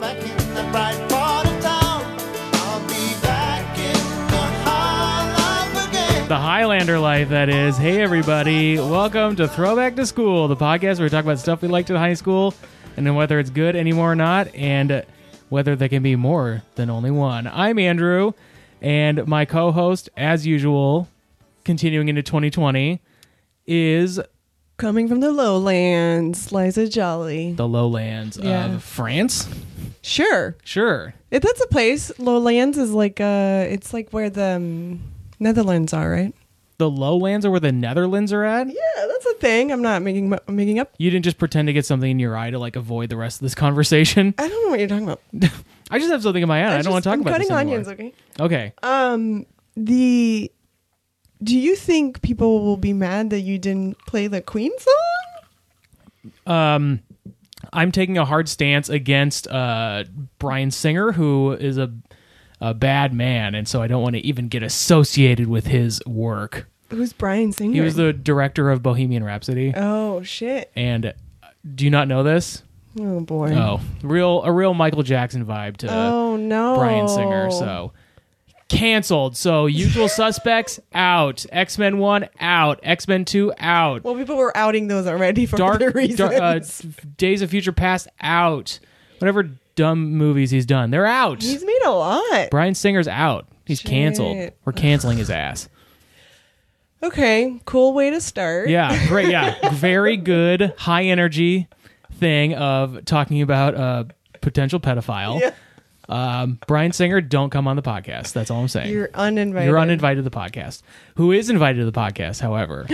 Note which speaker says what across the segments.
Speaker 1: Back in the bright part of town. I'll be back in the high life again.
Speaker 2: The Highlander life, that is. Hey, everybody. Welcome to Throwback to School, the podcast where we talk about stuff we liked in high school and then whether it's good anymore or not, and uh, whether there can be more than only one. I'm Andrew, and my co host, as usual, continuing into 2020, is
Speaker 3: Coming from the lowlands, Liza Jolly.
Speaker 2: the lowlands
Speaker 3: Yeah.
Speaker 2: of France.
Speaker 3: Sure,
Speaker 2: Sure.
Speaker 3: if that's a place. Lowlands is like uh, it's like where the um, Netherlands are, right?
Speaker 2: The lowlands are where the Netherlands are at.
Speaker 3: Yeah, that's a thing. I'm not making I'm making up.
Speaker 2: You didn't just pretend to get something in your eye to like avoid the rest of this conversation.
Speaker 3: I don't know what you're talking about.
Speaker 2: I just have something in my eye. I, don't want to talk
Speaker 3: I'm
Speaker 2: about
Speaker 3: cutting
Speaker 2: this anymore.
Speaker 3: onions. Okay.
Speaker 2: Okay.
Speaker 3: Um, the do you think people will be mad that you didn't play the Queen song?
Speaker 2: um I'm taking a hard stance against uh Brian Singer who is a a bad man and so I don't want to even get associated with his work.
Speaker 3: Who's Brian Singer?
Speaker 2: He was the director of Bohemian Rhapsody
Speaker 3: oh shit.
Speaker 2: and uh, do you not know this?
Speaker 3: Oh boy.
Speaker 2: Oh, real a real Michael Jackson vibe to
Speaker 3: Oh, no.
Speaker 2: Brian Singer. So canceled. So usual suspects out. X Men One out. X Men Two out.
Speaker 3: Well, people were outing those already for
Speaker 2: Dark,
Speaker 3: other reasons.
Speaker 2: Dar- uh, Days of Future Past out. Whatever dumb movies he's done, they're out.
Speaker 3: He's made a lot.
Speaker 2: Brian Singer's out. He's canceled.
Speaker 3: Shit.
Speaker 2: We're canceling his ass.
Speaker 3: Okay, cool way to start.
Speaker 2: Yeah, great. Yeah, very good, high energy thing of talking about a potential pedophile.
Speaker 3: Yeah.
Speaker 2: Um, Brian Singer, don't come on the podcast. That's all I'm saying.
Speaker 3: You're uninvited.
Speaker 2: You're uninvited to the podcast. Who is invited to the podcast, however?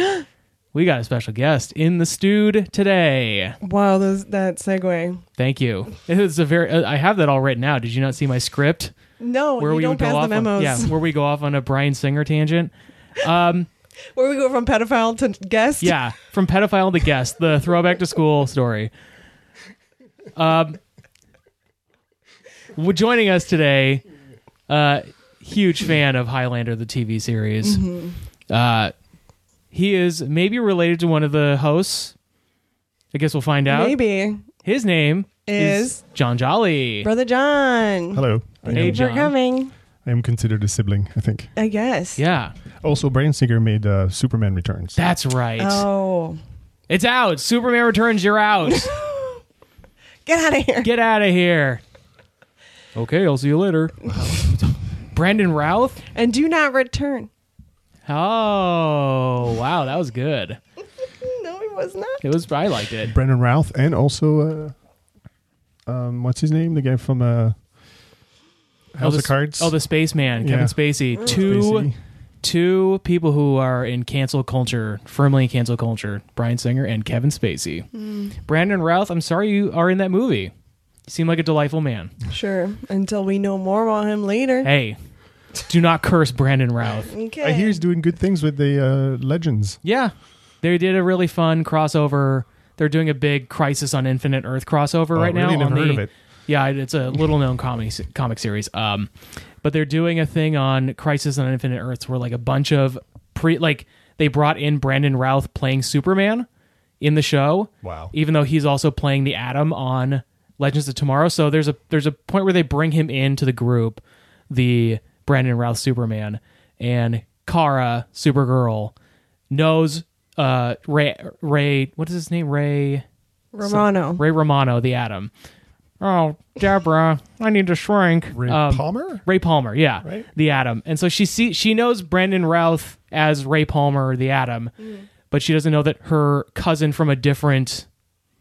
Speaker 2: we got a special guest in the stewed today.
Speaker 3: Wow, those, that segue.
Speaker 2: Thank you. It's a very. uh, I have that all written out. Did you not see my script?
Speaker 3: No, you don't
Speaker 2: would go
Speaker 3: pass the
Speaker 2: off
Speaker 3: memos.
Speaker 2: On, yeah, where we go off on a Brian Singer tangent.
Speaker 3: Where we go from pedophile to guest.
Speaker 2: Yeah, from pedophile to guest, the throwback to school story. Um, well, joining us today, uh, huge fan of Highlander the TV series.
Speaker 3: Mm-hmm.
Speaker 2: Uh, he is maybe related to one of the hosts. I guess we'll find out.
Speaker 3: Maybe.
Speaker 2: His name
Speaker 3: Is-
Speaker 2: John Jolly.
Speaker 3: Brother John.
Speaker 4: Hello.
Speaker 2: Hey,
Speaker 4: I, am,
Speaker 3: Thanks for
Speaker 2: John.
Speaker 3: coming.
Speaker 4: I am considered a sibling, I think.
Speaker 3: I guess.
Speaker 2: Yeah,
Speaker 4: Also, Brian Singer made uh, Superman Returns.
Speaker 2: that's right.
Speaker 3: Oh.
Speaker 2: It's out. Superman Returns. You're out.
Speaker 3: Get out of here.
Speaker 2: Get out of here. Okay, I'll see you later. Brandon Routh.
Speaker 3: and do not return.
Speaker 2: Oh, wow, that was good.
Speaker 3: No, it was not.
Speaker 2: It was. I liked it.
Speaker 4: Brandon Routh and also, uh, um, what's his name? The guy from uh,
Speaker 2: Oh,
Speaker 4: House
Speaker 2: the,
Speaker 4: of Cards.
Speaker 2: Oh, the spaceman, Kevin
Speaker 4: Yeah.
Speaker 2: Spacey. Two,
Speaker 4: Spacey.
Speaker 2: two people who are in cancel culture, firmly in cancel culture. Brian Singer and Kevin Spacey. Brandon Routh. I'm sorry you are in that movie. You seem like a delightful man.
Speaker 3: Sure. Until we know more about him later.
Speaker 2: Hey, do not curse Brandon Routh.
Speaker 3: Okay.
Speaker 4: I hear he's doing good things with the uh, Legends.
Speaker 2: Yeah. They did a really fun crossover. They're doing a big Crisis on Infinite Earth crossover
Speaker 4: Oh,
Speaker 2: right now.
Speaker 4: really? Never
Speaker 2: on
Speaker 4: heard
Speaker 2: the-
Speaker 4: of it.
Speaker 2: Yeah, it- it's a little known comic comic series. Um, but they're doing a thing on Crisis on Infinite Earths where like a bunch of pre like they brought in Brandon Routh playing Superman in the show.
Speaker 4: Wow.
Speaker 2: Even though he's also playing the Atom on Legends of Tomorrow, so there's a there's a point where they bring him into the group, the Brandon Routh Superman and Kara Supergirl knows uh Ray Ray what is his name Ray
Speaker 3: Romano.
Speaker 2: Ray Romano, the Atom. Oh, Deborah, I need to shrink.
Speaker 4: Ray
Speaker 2: Um,
Speaker 4: Palmer?
Speaker 2: Ray Palmer, yeah,
Speaker 4: Right.
Speaker 2: the Atom. And so she see she knows Brandon Routh as Ray Palmer, the Atom, but she doesn't know that her cousin from a different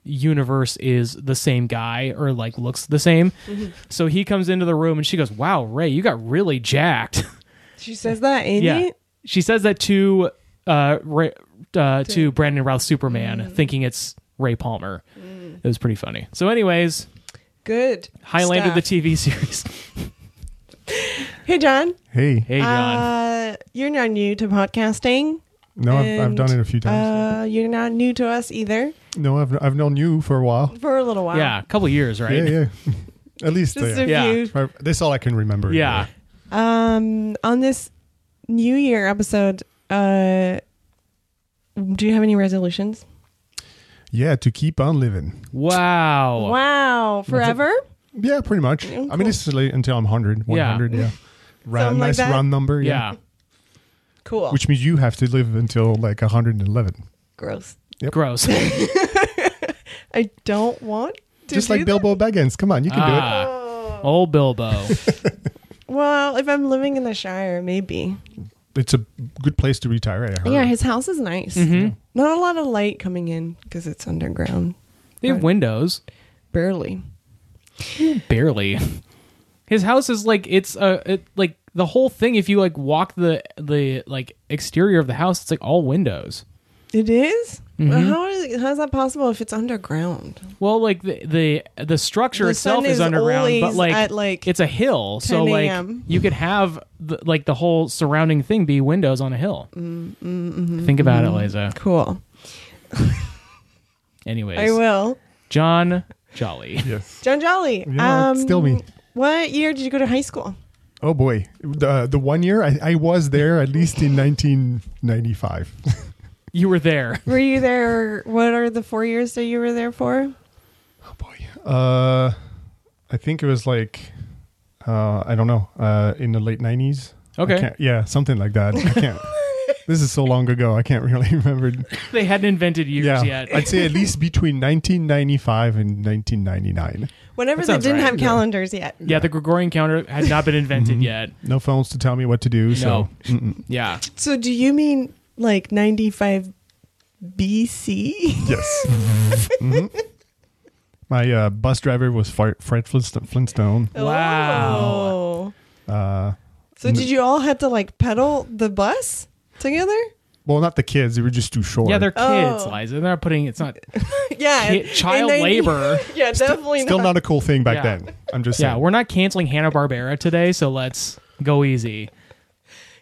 Speaker 2: universe is the same guy or like looks the same. So he comes into the room and she goes, "Wow, Ray, you got really jacked."
Speaker 3: She says that, ain't
Speaker 2: yeah,
Speaker 3: it?
Speaker 2: she says that to uh, Ray, uh to Brandon Routh Superman, thinking it's Ray Palmer. It was pretty funny. So, anyways.
Speaker 3: Good.
Speaker 2: Highlander
Speaker 3: stuff.
Speaker 2: the TV series.
Speaker 3: Hey, John.
Speaker 4: Hey.
Speaker 2: hey John.
Speaker 3: Uh, you're not new to podcasting.
Speaker 4: No, I've, I've
Speaker 3: and,
Speaker 4: done it a few times.
Speaker 3: Uh, you're not new to us either
Speaker 4: no, I've, I've known you for a while.
Speaker 3: for a little while.
Speaker 2: yeah, a couple years, right?
Speaker 4: Yeah, yeah. At least.
Speaker 3: Just
Speaker 4: uh,
Speaker 3: a
Speaker 2: Yeah.
Speaker 3: few.
Speaker 4: I- That's all I can remember.
Speaker 2: Yeah.
Speaker 3: Um, on this New Year episode, uh, do you have any resolutions?
Speaker 4: Yeah, to keep on living.
Speaker 2: Wow.
Speaker 3: Wow, forever?
Speaker 4: Yeah, pretty much.
Speaker 3: Mm,
Speaker 4: I mean,
Speaker 3: cool.
Speaker 4: this is late until I'm 100. 100, yeah. Round,
Speaker 3: Something like
Speaker 4: nice
Speaker 3: that?
Speaker 4: round number. Yeah.
Speaker 2: Yeah.
Speaker 3: Cool.
Speaker 4: Which means you have to live until like 111.
Speaker 3: Gross.
Speaker 4: Yep.
Speaker 2: Gross.
Speaker 3: I don't want to.
Speaker 4: Just
Speaker 3: do
Speaker 4: like
Speaker 3: that.
Speaker 4: Bilbo Baggins. Come on, you can
Speaker 2: Ah.
Speaker 3: Oh.
Speaker 2: Old Bilbo.
Speaker 3: Well, if I'm living in the Shire, maybe.
Speaker 4: do it. It's a good place to retire. eh, I heard.
Speaker 3: Yeah, his house is nice.
Speaker 2: hmm
Speaker 3: Not a lot of light coming in because it's underground.
Speaker 2: They have windows.
Speaker 3: Barely.
Speaker 2: Barely. His house is like it's a it, like the whole thing. If you like walk the the like exterior of the house, it's like all windows.
Speaker 3: It is? Well, how is how is that possible if it's underground?
Speaker 2: Well, like the the the structure
Speaker 3: The
Speaker 2: itself
Speaker 3: sun
Speaker 2: is
Speaker 3: is
Speaker 2: underground, but
Speaker 3: always
Speaker 2: like,
Speaker 3: at, like,
Speaker 2: it's a hill, so
Speaker 3: 10
Speaker 2: like
Speaker 3: a.m..
Speaker 2: you could have the, like the whole surrounding thing be windows on a hill.
Speaker 3: Mm, mm-hmm.
Speaker 2: Think about it, Liza.
Speaker 3: Cool.
Speaker 2: Anyways,
Speaker 3: I will.
Speaker 2: John Jolly.
Speaker 4: Yes.
Speaker 3: John Jolly. um,
Speaker 4: Yeah, it's still me.
Speaker 3: What year did you go to high school?
Speaker 4: Oh boy, the the one year I, I was there at least in 1995.
Speaker 2: You were there.
Speaker 3: Were you there? What are the four years that you were there for?
Speaker 4: Oh boy, uh, I think it was like uh, I don't know uh, in the late 90s. I
Speaker 2: Okay.
Speaker 4: can't- yeah, something like that. I can't. this is so long ago. I can't really remember.
Speaker 2: They hadn't invented years
Speaker 4: yeah,
Speaker 2: yet.
Speaker 4: I'd say at least between 1995 and 1999.
Speaker 3: Whenever
Speaker 2: That
Speaker 3: they
Speaker 2: sounds
Speaker 3: didn't
Speaker 2: right,
Speaker 3: have
Speaker 4: yeah.
Speaker 3: calendars yet.
Speaker 2: yeah, the Gregorian calendar had not been invented yet.
Speaker 4: No phones to tell me what to do. So Mm-hmm. Mm-mm.
Speaker 2: Yeah.
Speaker 3: So do you mean like 95 BC?
Speaker 4: yes. Mhm. My uh, bus driver was Fart- Fred Flintst- Flintstone.
Speaker 2: Wow.
Speaker 3: Oh.
Speaker 4: Uh,
Speaker 3: So did you all have to like pedal the bus together?
Speaker 4: well, not the kids; they were just too short.
Speaker 2: Yeah, they're kids,
Speaker 3: Oh.
Speaker 2: Liza. They're not putting it's not
Speaker 3: yeah.
Speaker 2: kid,
Speaker 3: in
Speaker 2: child
Speaker 3: 90
Speaker 2: labor.
Speaker 3: Yeah, definitely
Speaker 4: still not a cool thing back
Speaker 2: Yeah.
Speaker 4: then. I'm just
Speaker 2: Yeah,
Speaker 4: saying.
Speaker 2: we're not canceling Hanna Barbera today, so let's go easy.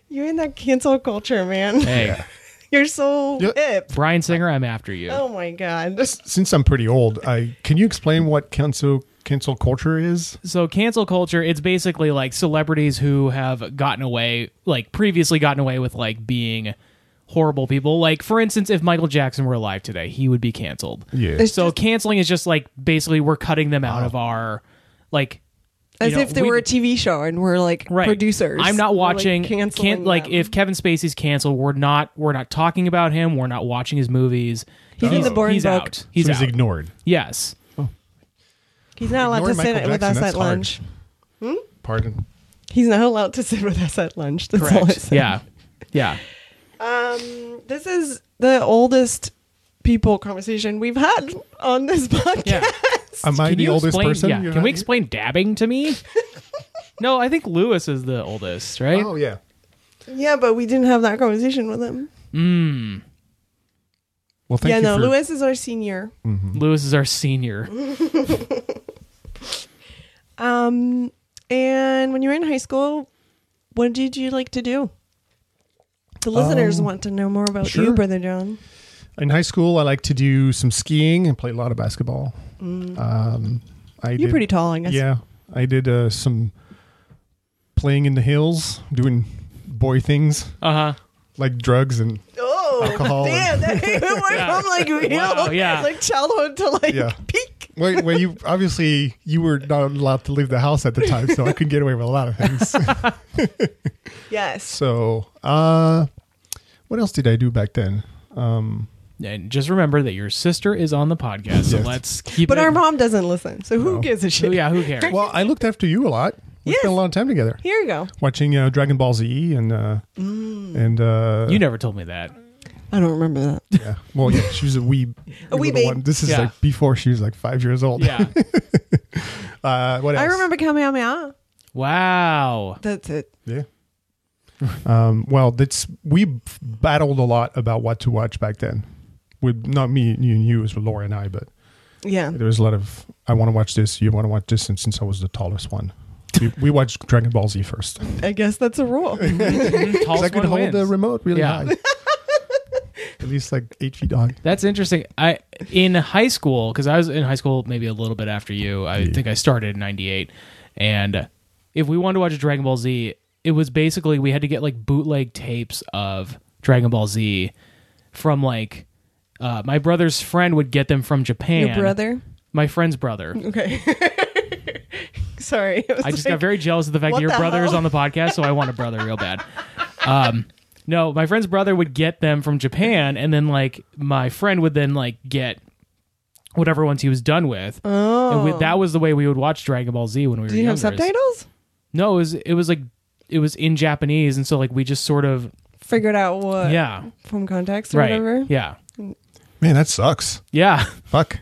Speaker 3: You're in that cancel culture, man.
Speaker 2: Hey,
Speaker 3: You're so
Speaker 4: Yeah.
Speaker 3: hip.
Speaker 2: Brian Singer, I'm after you.
Speaker 3: Oh my god.
Speaker 4: since I'm pretty old, I can you explain what cancel cancel culture is?
Speaker 2: so cancel culture it's basically like celebrities who have gotten away like previously gotten away with like being horrible people like for instance if michael jackson were alive today he would be canceled
Speaker 4: Yeah,
Speaker 2: so canceling is just like basically we're cutting them out of our like
Speaker 3: As
Speaker 2: know,
Speaker 3: if they
Speaker 2: we-
Speaker 3: were a TV show and we're like
Speaker 2: right
Speaker 3: producers.
Speaker 2: i'm not
Speaker 3: We're, like,
Speaker 2: watching like,
Speaker 3: canceling
Speaker 2: can't, like
Speaker 3: them.
Speaker 2: if kevin spacey's canceled we're not we're not talking about him we're not watching his movies Oh.
Speaker 3: He's in the Bourne
Speaker 2: he's
Speaker 3: book.
Speaker 2: out he's,
Speaker 4: so he's
Speaker 2: out
Speaker 4: ignored.
Speaker 2: yes
Speaker 3: he's not allowed to
Speaker 4: Ignoring
Speaker 3: sit
Speaker 4: Michael
Speaker 3: with us
Speaker 4: Jackson, that's
Speaker 3: at
Speaker 4: hard.
Speaker 3: lunch.
Speaker 4: Pardon.
Speaker 3: He's not allowed to sit with us at lunch. That's all I
Speaker 2: correct
Speaker 3: said.
Speaker 2: yeah yeah
Speaker 3: Um, this is the oldest people conversation we've had on this podcast.
Speaker 2: yeah
Speaker 4: Am I
Speaker 2: Can
Speaker 4: the
Speaker 2: you
Speaker 4: oldest
Speaker 2: explain,
Speaker 4: person?
Speaker 2: Yeah.
Speaker 4: You're
Speaker 2: Can
Speaker 4: not-
Speaker 2: we explain dabbing to me? no, I think Lewis is the oldest, right?
Speaker 4: Oh yeah.
Speaker 3: Yeah, but we didn't have that conversation with him.
Speaker 2: Mm.
Speaker 4: Well, thank
Speaker 3: yeah,
Speaker 4: you
Speaker 3: no,
Speaker 4: for
Speaker 3: Lewis is our senior.
Speaker 2: Lewis is our senior.
Speaker 3: Um, and when you were in high school, what did you like to do? The listeners
Speaker 2: Um,
Speaker 3: want to know more about you,
Speaker 4: sure.
Speaker 3: Brother John.
Speaker 4: in high school. I like to do some skiing and play a lot of basketball. Um, I
Speaker 3: Mm. You're
Speaker 4: did,
Speaker 3: pretty tall, I guess.
Speaker 4: Yeah, I did uh, some playing in the hills, doing boy things
Speaker 2: Uh huh.
Speaker 4: like drugs and
Speaker 3: Oh,
Speaker 4: Alcohol
Speaker 3: damn! That even went
Speaker 2: Yeah.
Speaker 3: from like real,
Speaker 2: Wow, yeah.
Speaker 3: like childhood to like
Speaker 4: Yeah.
Speaker 3: peak.
Speaker 4: Well, well, you obviously you were not allowed to leave the house at the time, so I couldn't get away with a lot of things.
Speaker 3: Yes.
Speaker 4: So, uh, what else did I do back then? Um,
Speaker 2: And just remember that your sister is on the podcast, so
Speaker 4: Yes.
Speaker 2: let's keep
Speaker 3: But
Speaker 2: it.
Speaker 3: our mom doesn't listen, so who
Speaker 4: No.
Speaker 3: gives a shit?
Speaker 2: Oh, yeah, who cares?
Speaker 4: well, I looked after you a lot. We
Speaker 3: Yes.
Speaker 4: spent a lot of time together
Speaker 3: Here you go.
Speaker 4: watching uh, Dragon Ball Z and uh,
Speaker 3: Mm.
Speaker 4: and uh,
Speaker 2: you never told me that.
Speaker 3: I don't remember that.
Speaker 4: yeah. Well, yeah, she was a wee,
Speaker 3: A wee
Speaker 4: little
Speaker 3: babe.
Speaker 4: one. This is
Speaker 2: Yeah.
Speaker 4: like before she was like five years old.
Speaker 2: Yeah.
Speaker 4: Uh, what else?
Speaker 3: I remember Kamehameha.
Speaker 2: wow.
Speaker 3: That's it.
Speaker 4: Yeah. Um, well, that's we battled a lot about what to watch back then. With not me, you and you, it was with Laura and I, but
Speaker 3: Yeah.
Speaker 4: There was a lot of I want to watch this, you want to watch this, and since I was the tallest one, we, we watched Dragon Ball Z first.
Speaker 3: I guess that's a rule.
Speaker 2: Mhm,
Speaker 4: Because
Speaker 2: tallest
Speaker 4: I could
Speaker 2: one
Speaker 4: hold the
Speaker 2: wins.
Speaker 4: remote really
Speaker 2: Yeah.
Speaker 4: high, at least like eight feet high.
Speaker 2: That's interesting. I in high school because I was in high school maybe a little bit after you. I think I started in '98, and if we wanted to watch Dragon Ball Z, it was basically we had to get like bootleg tapes of Dragon Ball Z from like uh, my brother's friend would get them from Japan.
Speaker 3: Your brother?
Speaker 2: my friend's brother,
Speaker 3: Okay. Sorry.
Speaker 2: I just got very jealous of the fact
Speaker 3: what
Speaker 2: that your
Speaker 3: the
Speaker 2: brother is
Speaker 3: hell?
Speaker 2: on the podcast, so I want a brother real bad. Um, no, my friend's brother would get them from Japan, and then like my friend would then like get whatever ones he was done with. Oh, and we, that was the way we would watch Dragon Ball Z when we were.
Speaker 3: Do you have
Speaker 2: younger.
Speaker 3: subtitles?
Speaker 2: No, it was it was like it was in Japanese, and so like we just sort of
Speaker 3: Figured out what
Speaker 2: yeah
Speaker 3: from context or
Speaker 2: right
Speaker 3: whatever.
Speaker 2: yeah
Speaker 4: Man, that sucks.
Speaker 2: yeah
Speaker 4: Fuck.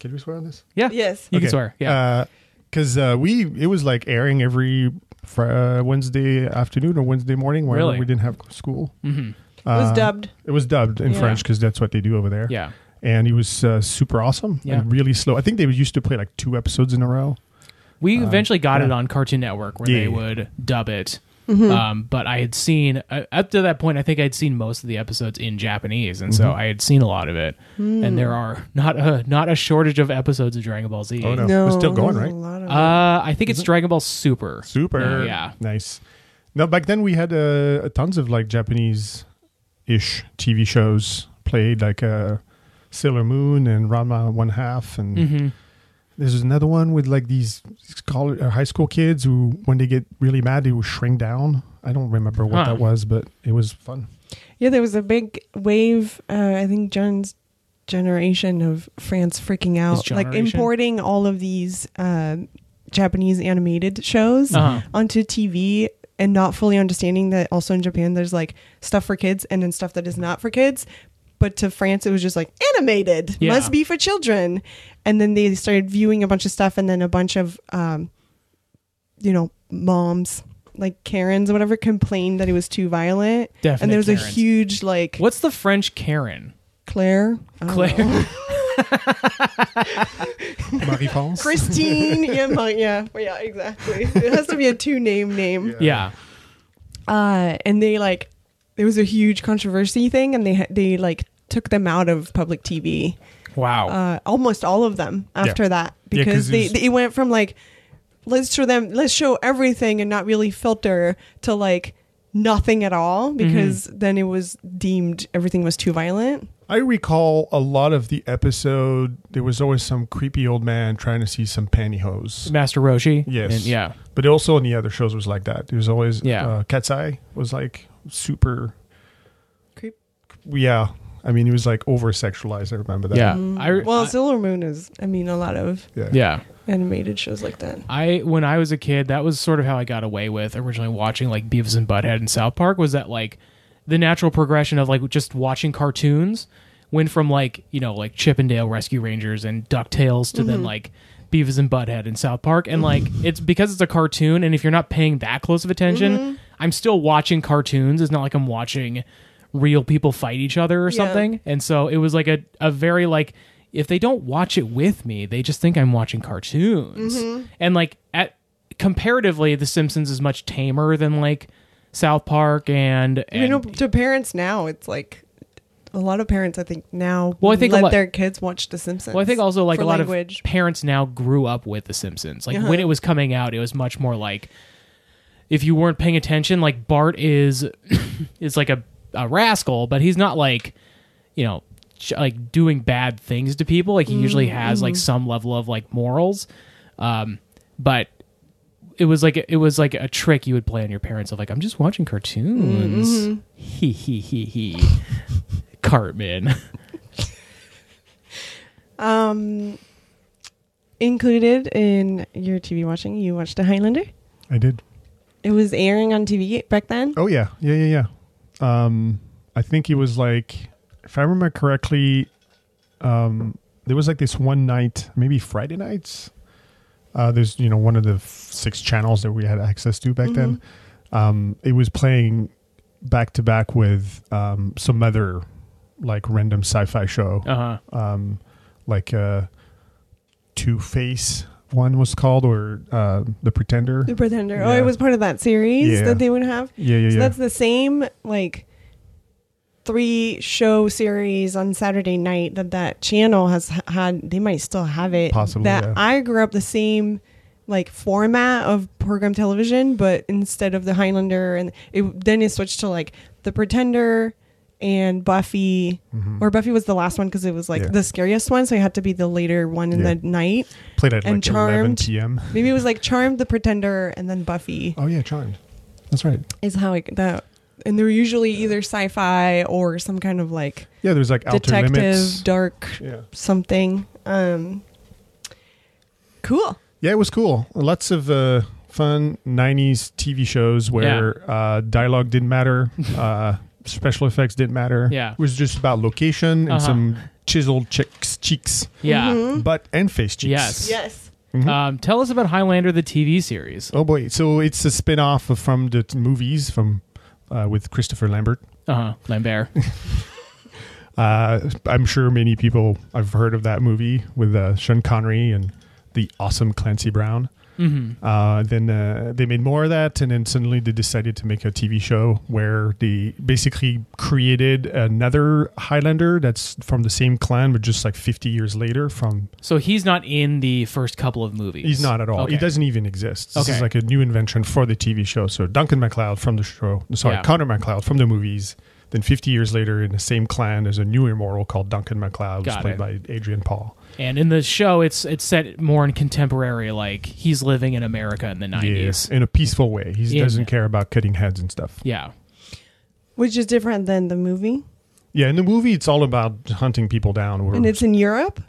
Speaker 4: Can we swear on this?
Speaker 2: yeah
Speaker 3: Yes.
Speaker 2: you can swear yeah
Speaker 4: Because uh, we, it was like airing every fr- uh, Wednesday afternoon or Wednesday morning whenever
Speaker 2: Really?
Speaker 4: we didn't have school.
Speaker 3: It was
Speaker 4: Uh,
Speaker 3: dubbed.
Speaker 4: It was dubbed in
Speaker 3: Yeah.
Speaker 4: French because that's what they do over there.
Speaker 2: yeah.
Speaker 4: And it was uh, super awesome
Speaker 2: Yeah.
Speaker 4: and really slow. I think they used to play like two episodes in a row.
Speaker 2: We eventually got it
Speaker 4: Uh, yeah.
Speaker 2: on Cartoon Network where
Speaker 4: Yeah,
Speaker 2: they
Speaker 4: yeah.
Speaker 2: would dub it.
Speaker 3: Mm-hmm.
Speaker 2: Um, but I had seen uh, up to that point, I think I'd seen most of the episodes in Japanese, and
Speaker 4: Mm-hmm.
Speaker 2: so I had seen a lot of it. And
Speaker 3: Hmm.
Speaker 2: there are not a not a shortage of episodes of Dragon Ball Z.
Speaker 4: Oh, no.
Speaker 3: No.
Speaker 4: It's still going,
Speaker 3: there's a
Speaker 4: right?
Speaker 3: lot of it.
Speaker 2: Uh, I think it's Dragon Ball Super.
Speaker 4: Super.
Speaker 2: No, yeah.
Speaker 4: Nice. Now, back then we had uh, tons of like Japanese ish TV shows played, like uh, Sailor Moon and Ranma One Half. And
Speaker 2: hmm
Speaker 4: there's another one with like these college, uh, high school kids who, when they get really mad, they will shrink down. I don't remember what
Speaker 2: Huh.
Speaker 4: that was, but it was fun.
Speaker 3: Yeah, there was a big wave. Uh, I think John's generation of France freaking out, like
Speaker 2: generation?
Speaker 3: importing all of these um Japanese animated shows
Speaker 2: Uh-huh.
Speaker 3: onto TV and not fully understanding that also in Japan there's like stuff for kids and then stuff that is not for kids. But to France, it was just like animated
Speaker 2: Yeah.
Speaker 3: must be for children, and then they started viewing a bunch of stuff, and then a bunch of um, you know, moms like Karens or whatever complained that it was too violent.
Speaker 2: Definite
Speaker 3: and there was a
Speaker 2: Karens.
Speaker 3: huge like
Speaker 2: What's the French Karen?
Speaker 3: Claire, Um, I don't know.
Speaker 2: Claire.
Speaker 4: Marie France.
Speaker 3: Christine. yeah, my, yeah, well, yeah, exactly. It has to be a two name name.
Speaker 2: yeah.
Speaker 3: Uh, and they like there was a huge controversy thing, and they ha- they like took them out of public TV.
Speaker 2: Wow.
Speaker 3: uh, almost all of them after that
Speaker 4: Yeah,
Speaker 3: because
Speaker 4: 'cause it
Speaker 3: they,
Speaker 4: was-
Speaker 3: they it went from like let's show them let's show everything and not really filter to like nothing at all
Speaker 4: Mm-hmm.
Speaker 3: because then it was deemed everything was too violent.
Speaker 4: I recall a lot of the episode. There was always some creepy old man trying to see some pantyhose.
Speaker 2: Master Roshi.
Speaker 4: Yes.
Speaker 2: And- yeah.
Speaker 4: But also on the other shows was like that. There was always
Speaker 2: Yeah.
Speaker 4: uh, Cat's Eye was like super.
Speaker 3: Creep.
Speaker 4: Yeah, I mean, he was like over sexualized. I remember that.
Speaker 2: Yeah. I,
Speaker 3: Well,
Speaker 2: I-
Speaker 3: Sailor Moon is I mean a lot of
Speaker 4: yeah.
Speaker 2: yeah.
Speaker 3: animated shows like that.
Speaker 2: I when I was a kid, that was sort of how I got away with originally watching like Beavis and Butthead and South Park was that like the natural progression of like just watching cartoons went from like, you know, like Chippendale Rescue Rangers and DuckTales to then like Beavis and Butthead and South Park and like it's because it's a cartoon and if you're not paying that close of attention, I'm still watching cartoons. It's not like I'm watching real people fight each other or
Speaker 3: Yeah.
Speaker 2: something. And so it was like a, a very like if they don't watch it with me, they just think I'm watching cartoons.
Speaker 3: Mm-hmm.
Speaker 2: And like at comparatively, The Simpsons is much tamer than like South Park and, and
Speaker 3: you know, to parents now, it's like a lot of parents I think now
Speaker 2: Well, I think a
Speaker 3: let
Speaker 2: lot-
Speaker 3: their kids watch The Simpsons.
Speaker 2: well, I think also like
Speaker 3: for
Speaker 2: a lot
Speaker 3: language. Uh-huh.
Speaker 2: of parents now grew up with The Simpsons. Like when it was coming out, it was much more like if you weren't paying attention, like Bart is is like a, a rascal, but he's not like you know ch- like doing bad things to people. Like he usually
Speaker 3: Mm,
Speaker 2: has
Speaker 3: mm-hmm.
Speaker 2: like some level of like morals, um, but. It was like it was like a trick you would play on your parents of like I'm just watching cartoons.
Speaker 3: Mm-hmm.
Speaker 2: He he he he. Cartman.
Speaker 3: Um, included in your TV watching, you watched The Highlander.
Speaker 4: I did.
Speaker 3: It was airing on TV back then.
Speaker 4: Oh yeah, yeah, yeah, yeah. Um, I think it was like, if I remember correctly, um, there was like this one night, maybe Friday nights. Uh, there's you know one of the f- six channels that we had access to back then.
Speaker 3: Mm-hmm.
Speaker 4: Um, it was playing back to back with um, some other like random sci-fi show,
Speaker 2: Uh huh.
Speaker 4: um, like uh, Two Face. One was called or uh, the Pretender.
Speaker 3: The Pretender. Oh,
Speaker 4: Yeah.
Speaker 3: it was part of that series
Speaker 4: Yeah.
Speaker 3: that they would have.
Speaker 4: Yeah, yeah,
Speaker 3: So
Speaker 4: yeah.
Speaker 3: that's the same like three show series on Saturday night that that channel has h- had. They might still have it.
Speaker 4: Possibly,
Speaker 3: That
Speaker 4: yeah.
Speaker 3: I grew up the same like format of program television, but instead of the Highlander and it then it switched to like the Pretender and Buffy, or Buffy was the last one because it was like
Speaker 4: Mm-hmm. Yeah.
Speaker 3: the scariest one, so it had to be the later one in
Speaker 4: Yeah.
Speaker 3: the night.
Speaker 4: Played at
Speaker 3: And
Speaker 4: like 11
Speaker 3: Charmed.
Speaker 4: p.m.
Speaker 3: Maybe it was like Charmed, The Pretender, and then Buffy
Speaker 4: Oh yeah, Charmed. That's right.
Speaker 3: is how it that. And they're usually either sci-fi or some kind of like
Speaker 4: Yeah, there's like outer limits.
Speaker 3: detective, dark
Speaker 4: yeah.
Speaker 3: something. Um, cool.
Speaker 4: Yeah, it was cool. Lots of uh, fun '90s TV shows where uh, dialogue didn't matter, uh, special effects didn't matter.
Speaker 2: Yeah.
Speaker 4: it was just about location and
Speaker 2: Uh-huh.
Speaker 4: some chiseled cheeks, cheeks,
Speaker 2: Yeah.
Speaker 4: butt and face cheeks.
Speaker 2: Yes.
Speaker 3: Yes.
Speaker 4: Mm-hmm.
Speaker 2: Um, tell us about Highlander, the TV series.
Speaker 4: Oh boy! So it's a spin-off of- from the t- movies from uh, with Christopher Lambert.
Speaker 2: Uh huh. Lambert.
Speaker 4: Uh, I'm sure many people have heard of that movie with uh, Sean Connery and the awesome Clancy Brown. Mm-hmm. Uh, then uh, they made more of that, and then suddenly they decided to make a TV show where they basically created another Highlander that's from the same clan, but just like 50 years later. From
Speaker 2: So he's not in the first couple of movies.
Speaker 4: he's not at all;
Speaker 2: Okay.
Speaker 4: he doesn't even exist. This
Speaker 2: Okay.
Speaker 4: is like a new invention for the TV show. So Duncan MacLeod from the show, sorry,
Speaker 2: Yeah.
Speaker 4: Connor MacLeod from the movies. Then 50 years later, in the same clan, there's a new immortal called Duncan MacLeod, who's
Speaker 2: Got
Speaker 4: played
Speaker 2: it.
Speaker 4: by Adrian Paul.
Speaker 2: And in the show, it's it's set more in contemporary. Like he's living in America in the nineties.
Speaker 4: in a peaceful way. He
Speaker 2: Yeah.
Speaker 4: doesn't care about cutting heads and stuff.
Speaker 2: Yeah.
Speaker 3: Which is different than the movie.
Speaker 4: Yeah, in the movie, it's all about hunting people down. We're-
Speaker 3: And it's in Europe.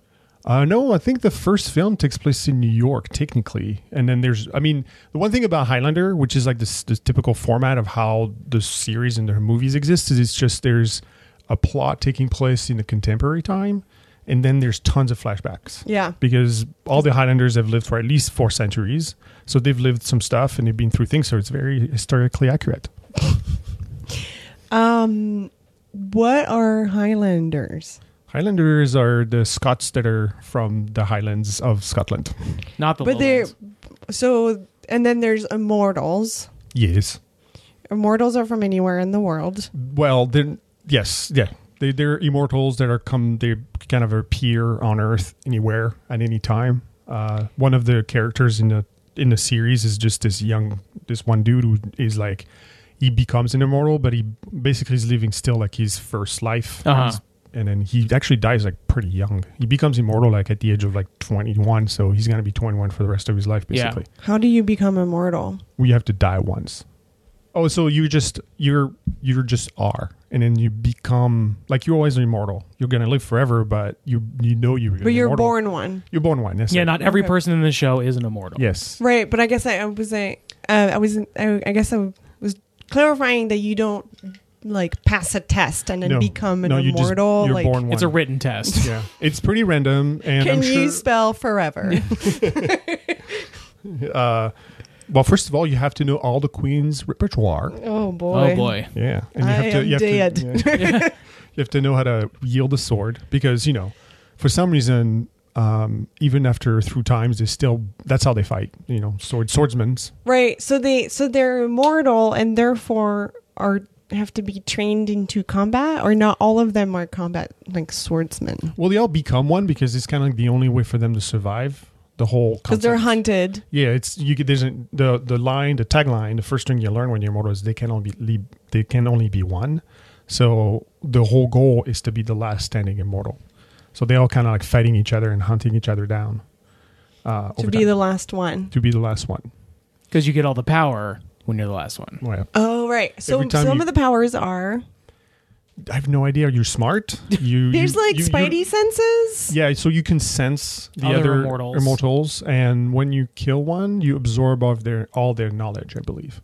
Speaker 4: uh, no, I think the first film takes place in New York, technically. And then there's, I mean, the one thing about Highlander, which is like this, this typical format of how the series and the movies exist, is it's just there's a plot taking place in the contemporary time, and then there's tons of flashbacks.
Speaker 3: Yeah.
Speaker 4: because all the Highlanders have lived for at least four centuries, so they've lived some stuff and they've been through things, so it's very historically accurate.
Speaker 3: Um, what are Highlanders?
Speaker 4: Highlanders are the Scots that are from the Highlands of Scotland.
Speaker 2: Not the.
Speaker 3: But they're
Speaker 2: lowlands.
Speaker 3: so, and then there's immortals.
Speaker 4: Yes.
Speaker 3: Immortals are from anywhere in the world.
Speaker 4: Well, then yes, yeah. They they're immortals that are come they kind of appear on Earth anywhere at any time. Uh, one of the characters in the in the series is just this young this one dude who is like he becomes an immortal, but he basically is living still like his first life.
Speaker 2: Uh-huh.
Speaker 4: And then he actually dies like pretty young. He becomes immortal like at the age of like 21, so he's going to be 21 for the rest of his life
Speaker 2: Yeah.
Speaker 4: basically.
Speaker 3: How do you become immortal?
Speaker 4: we have to die once. Oh, so you just you're you're just are, and then you become like you're always immortal. You're gonna live forever, but you you know you're.
Speaker 3: But you're
Speaker 4: immortal.
Speaker 3: born one,
Speaker 4: You're born one. Yes.
Speaker 2: Yeah. Not every
Speaker 3: Okay.
Speaker 2: person in the show is an immortal.
Speaker 4: Yes.
Speaker 3: right? But I guess I, I was I, uh, I was I, I guess I was clarifying that you don't like pass a test and then
Speaker 4: No.
Speaker 3: become an
Speaker 4: no, you just-
Speaker 3: immortal.
Speaker 4: you're
Speaker 3: like,
Speaker 4: born one.
Speaker 2: It's a written test.
Speaker 4: yeah. It's pretty random, and
Speaker 3: can
Speaker 4: I'm
Speaker 3: you
Speaker 4: sure.
Speaker 3: spell forever?
Speaker 4: uh, well, first of all, you have to know all the Queen's repertoire.
Speaker 3: oh boy!
Speaker 2: oh boy.
Speaker 4: Yeah,
Speaker 3: I am dead.
Speaker 4: Have to, yeah. you have to know how to wield a sword because you know, for some reason, um, even after through times, they still that's how they fight. You know, sword swordsmen's.
Speaker 3: Right. So they so they're immortal and therefore are have to be trained into combat or not all of them are combat like swordsmen
Speaker 4: Well, they all become one because it's kind of like the only way for them to survive the whole.
Speaker 3: because they're
Speaker 4: concept.
Speaker 3: hunted.
Speaker 4: Yeah, it's you. get- There's a, the the line, the tagline, the first thing you learn when you're immortal is they can only be they can only be one. So the whole goal is to be the last standing immortal. So they all kind of like fighting each other and hunting each other down. Uh,
Speaker 3: To
Speaker 4: over
Speaker 3: be
Speaker 4: time.
Speaker 3: the last one.
Speaker 4: to be the last one.
Speaker 2: Because you get all the power when you're the last one.
Speaker 4: Well,
Speaker 3: Oh right. So
Speaker 4: Every time
Speaker 3: some
Speaker 4: you-
Speaker 3: of the powers are
Speaker 4: I have no idea. You're smart. You
Speaker 3: there's
Speaker 4: you-
Speaker 3: like
Speaker 4: you- you-
Speaker 3: spidey senses.
Speaker 4: Yeah, so you can sense the
Speaker 2: Other
Speaker 4: other,
Speaker 2: immortals.
Speaker 4: immortals. and when you kill one, you absorb all of their all their knowledge, I believe,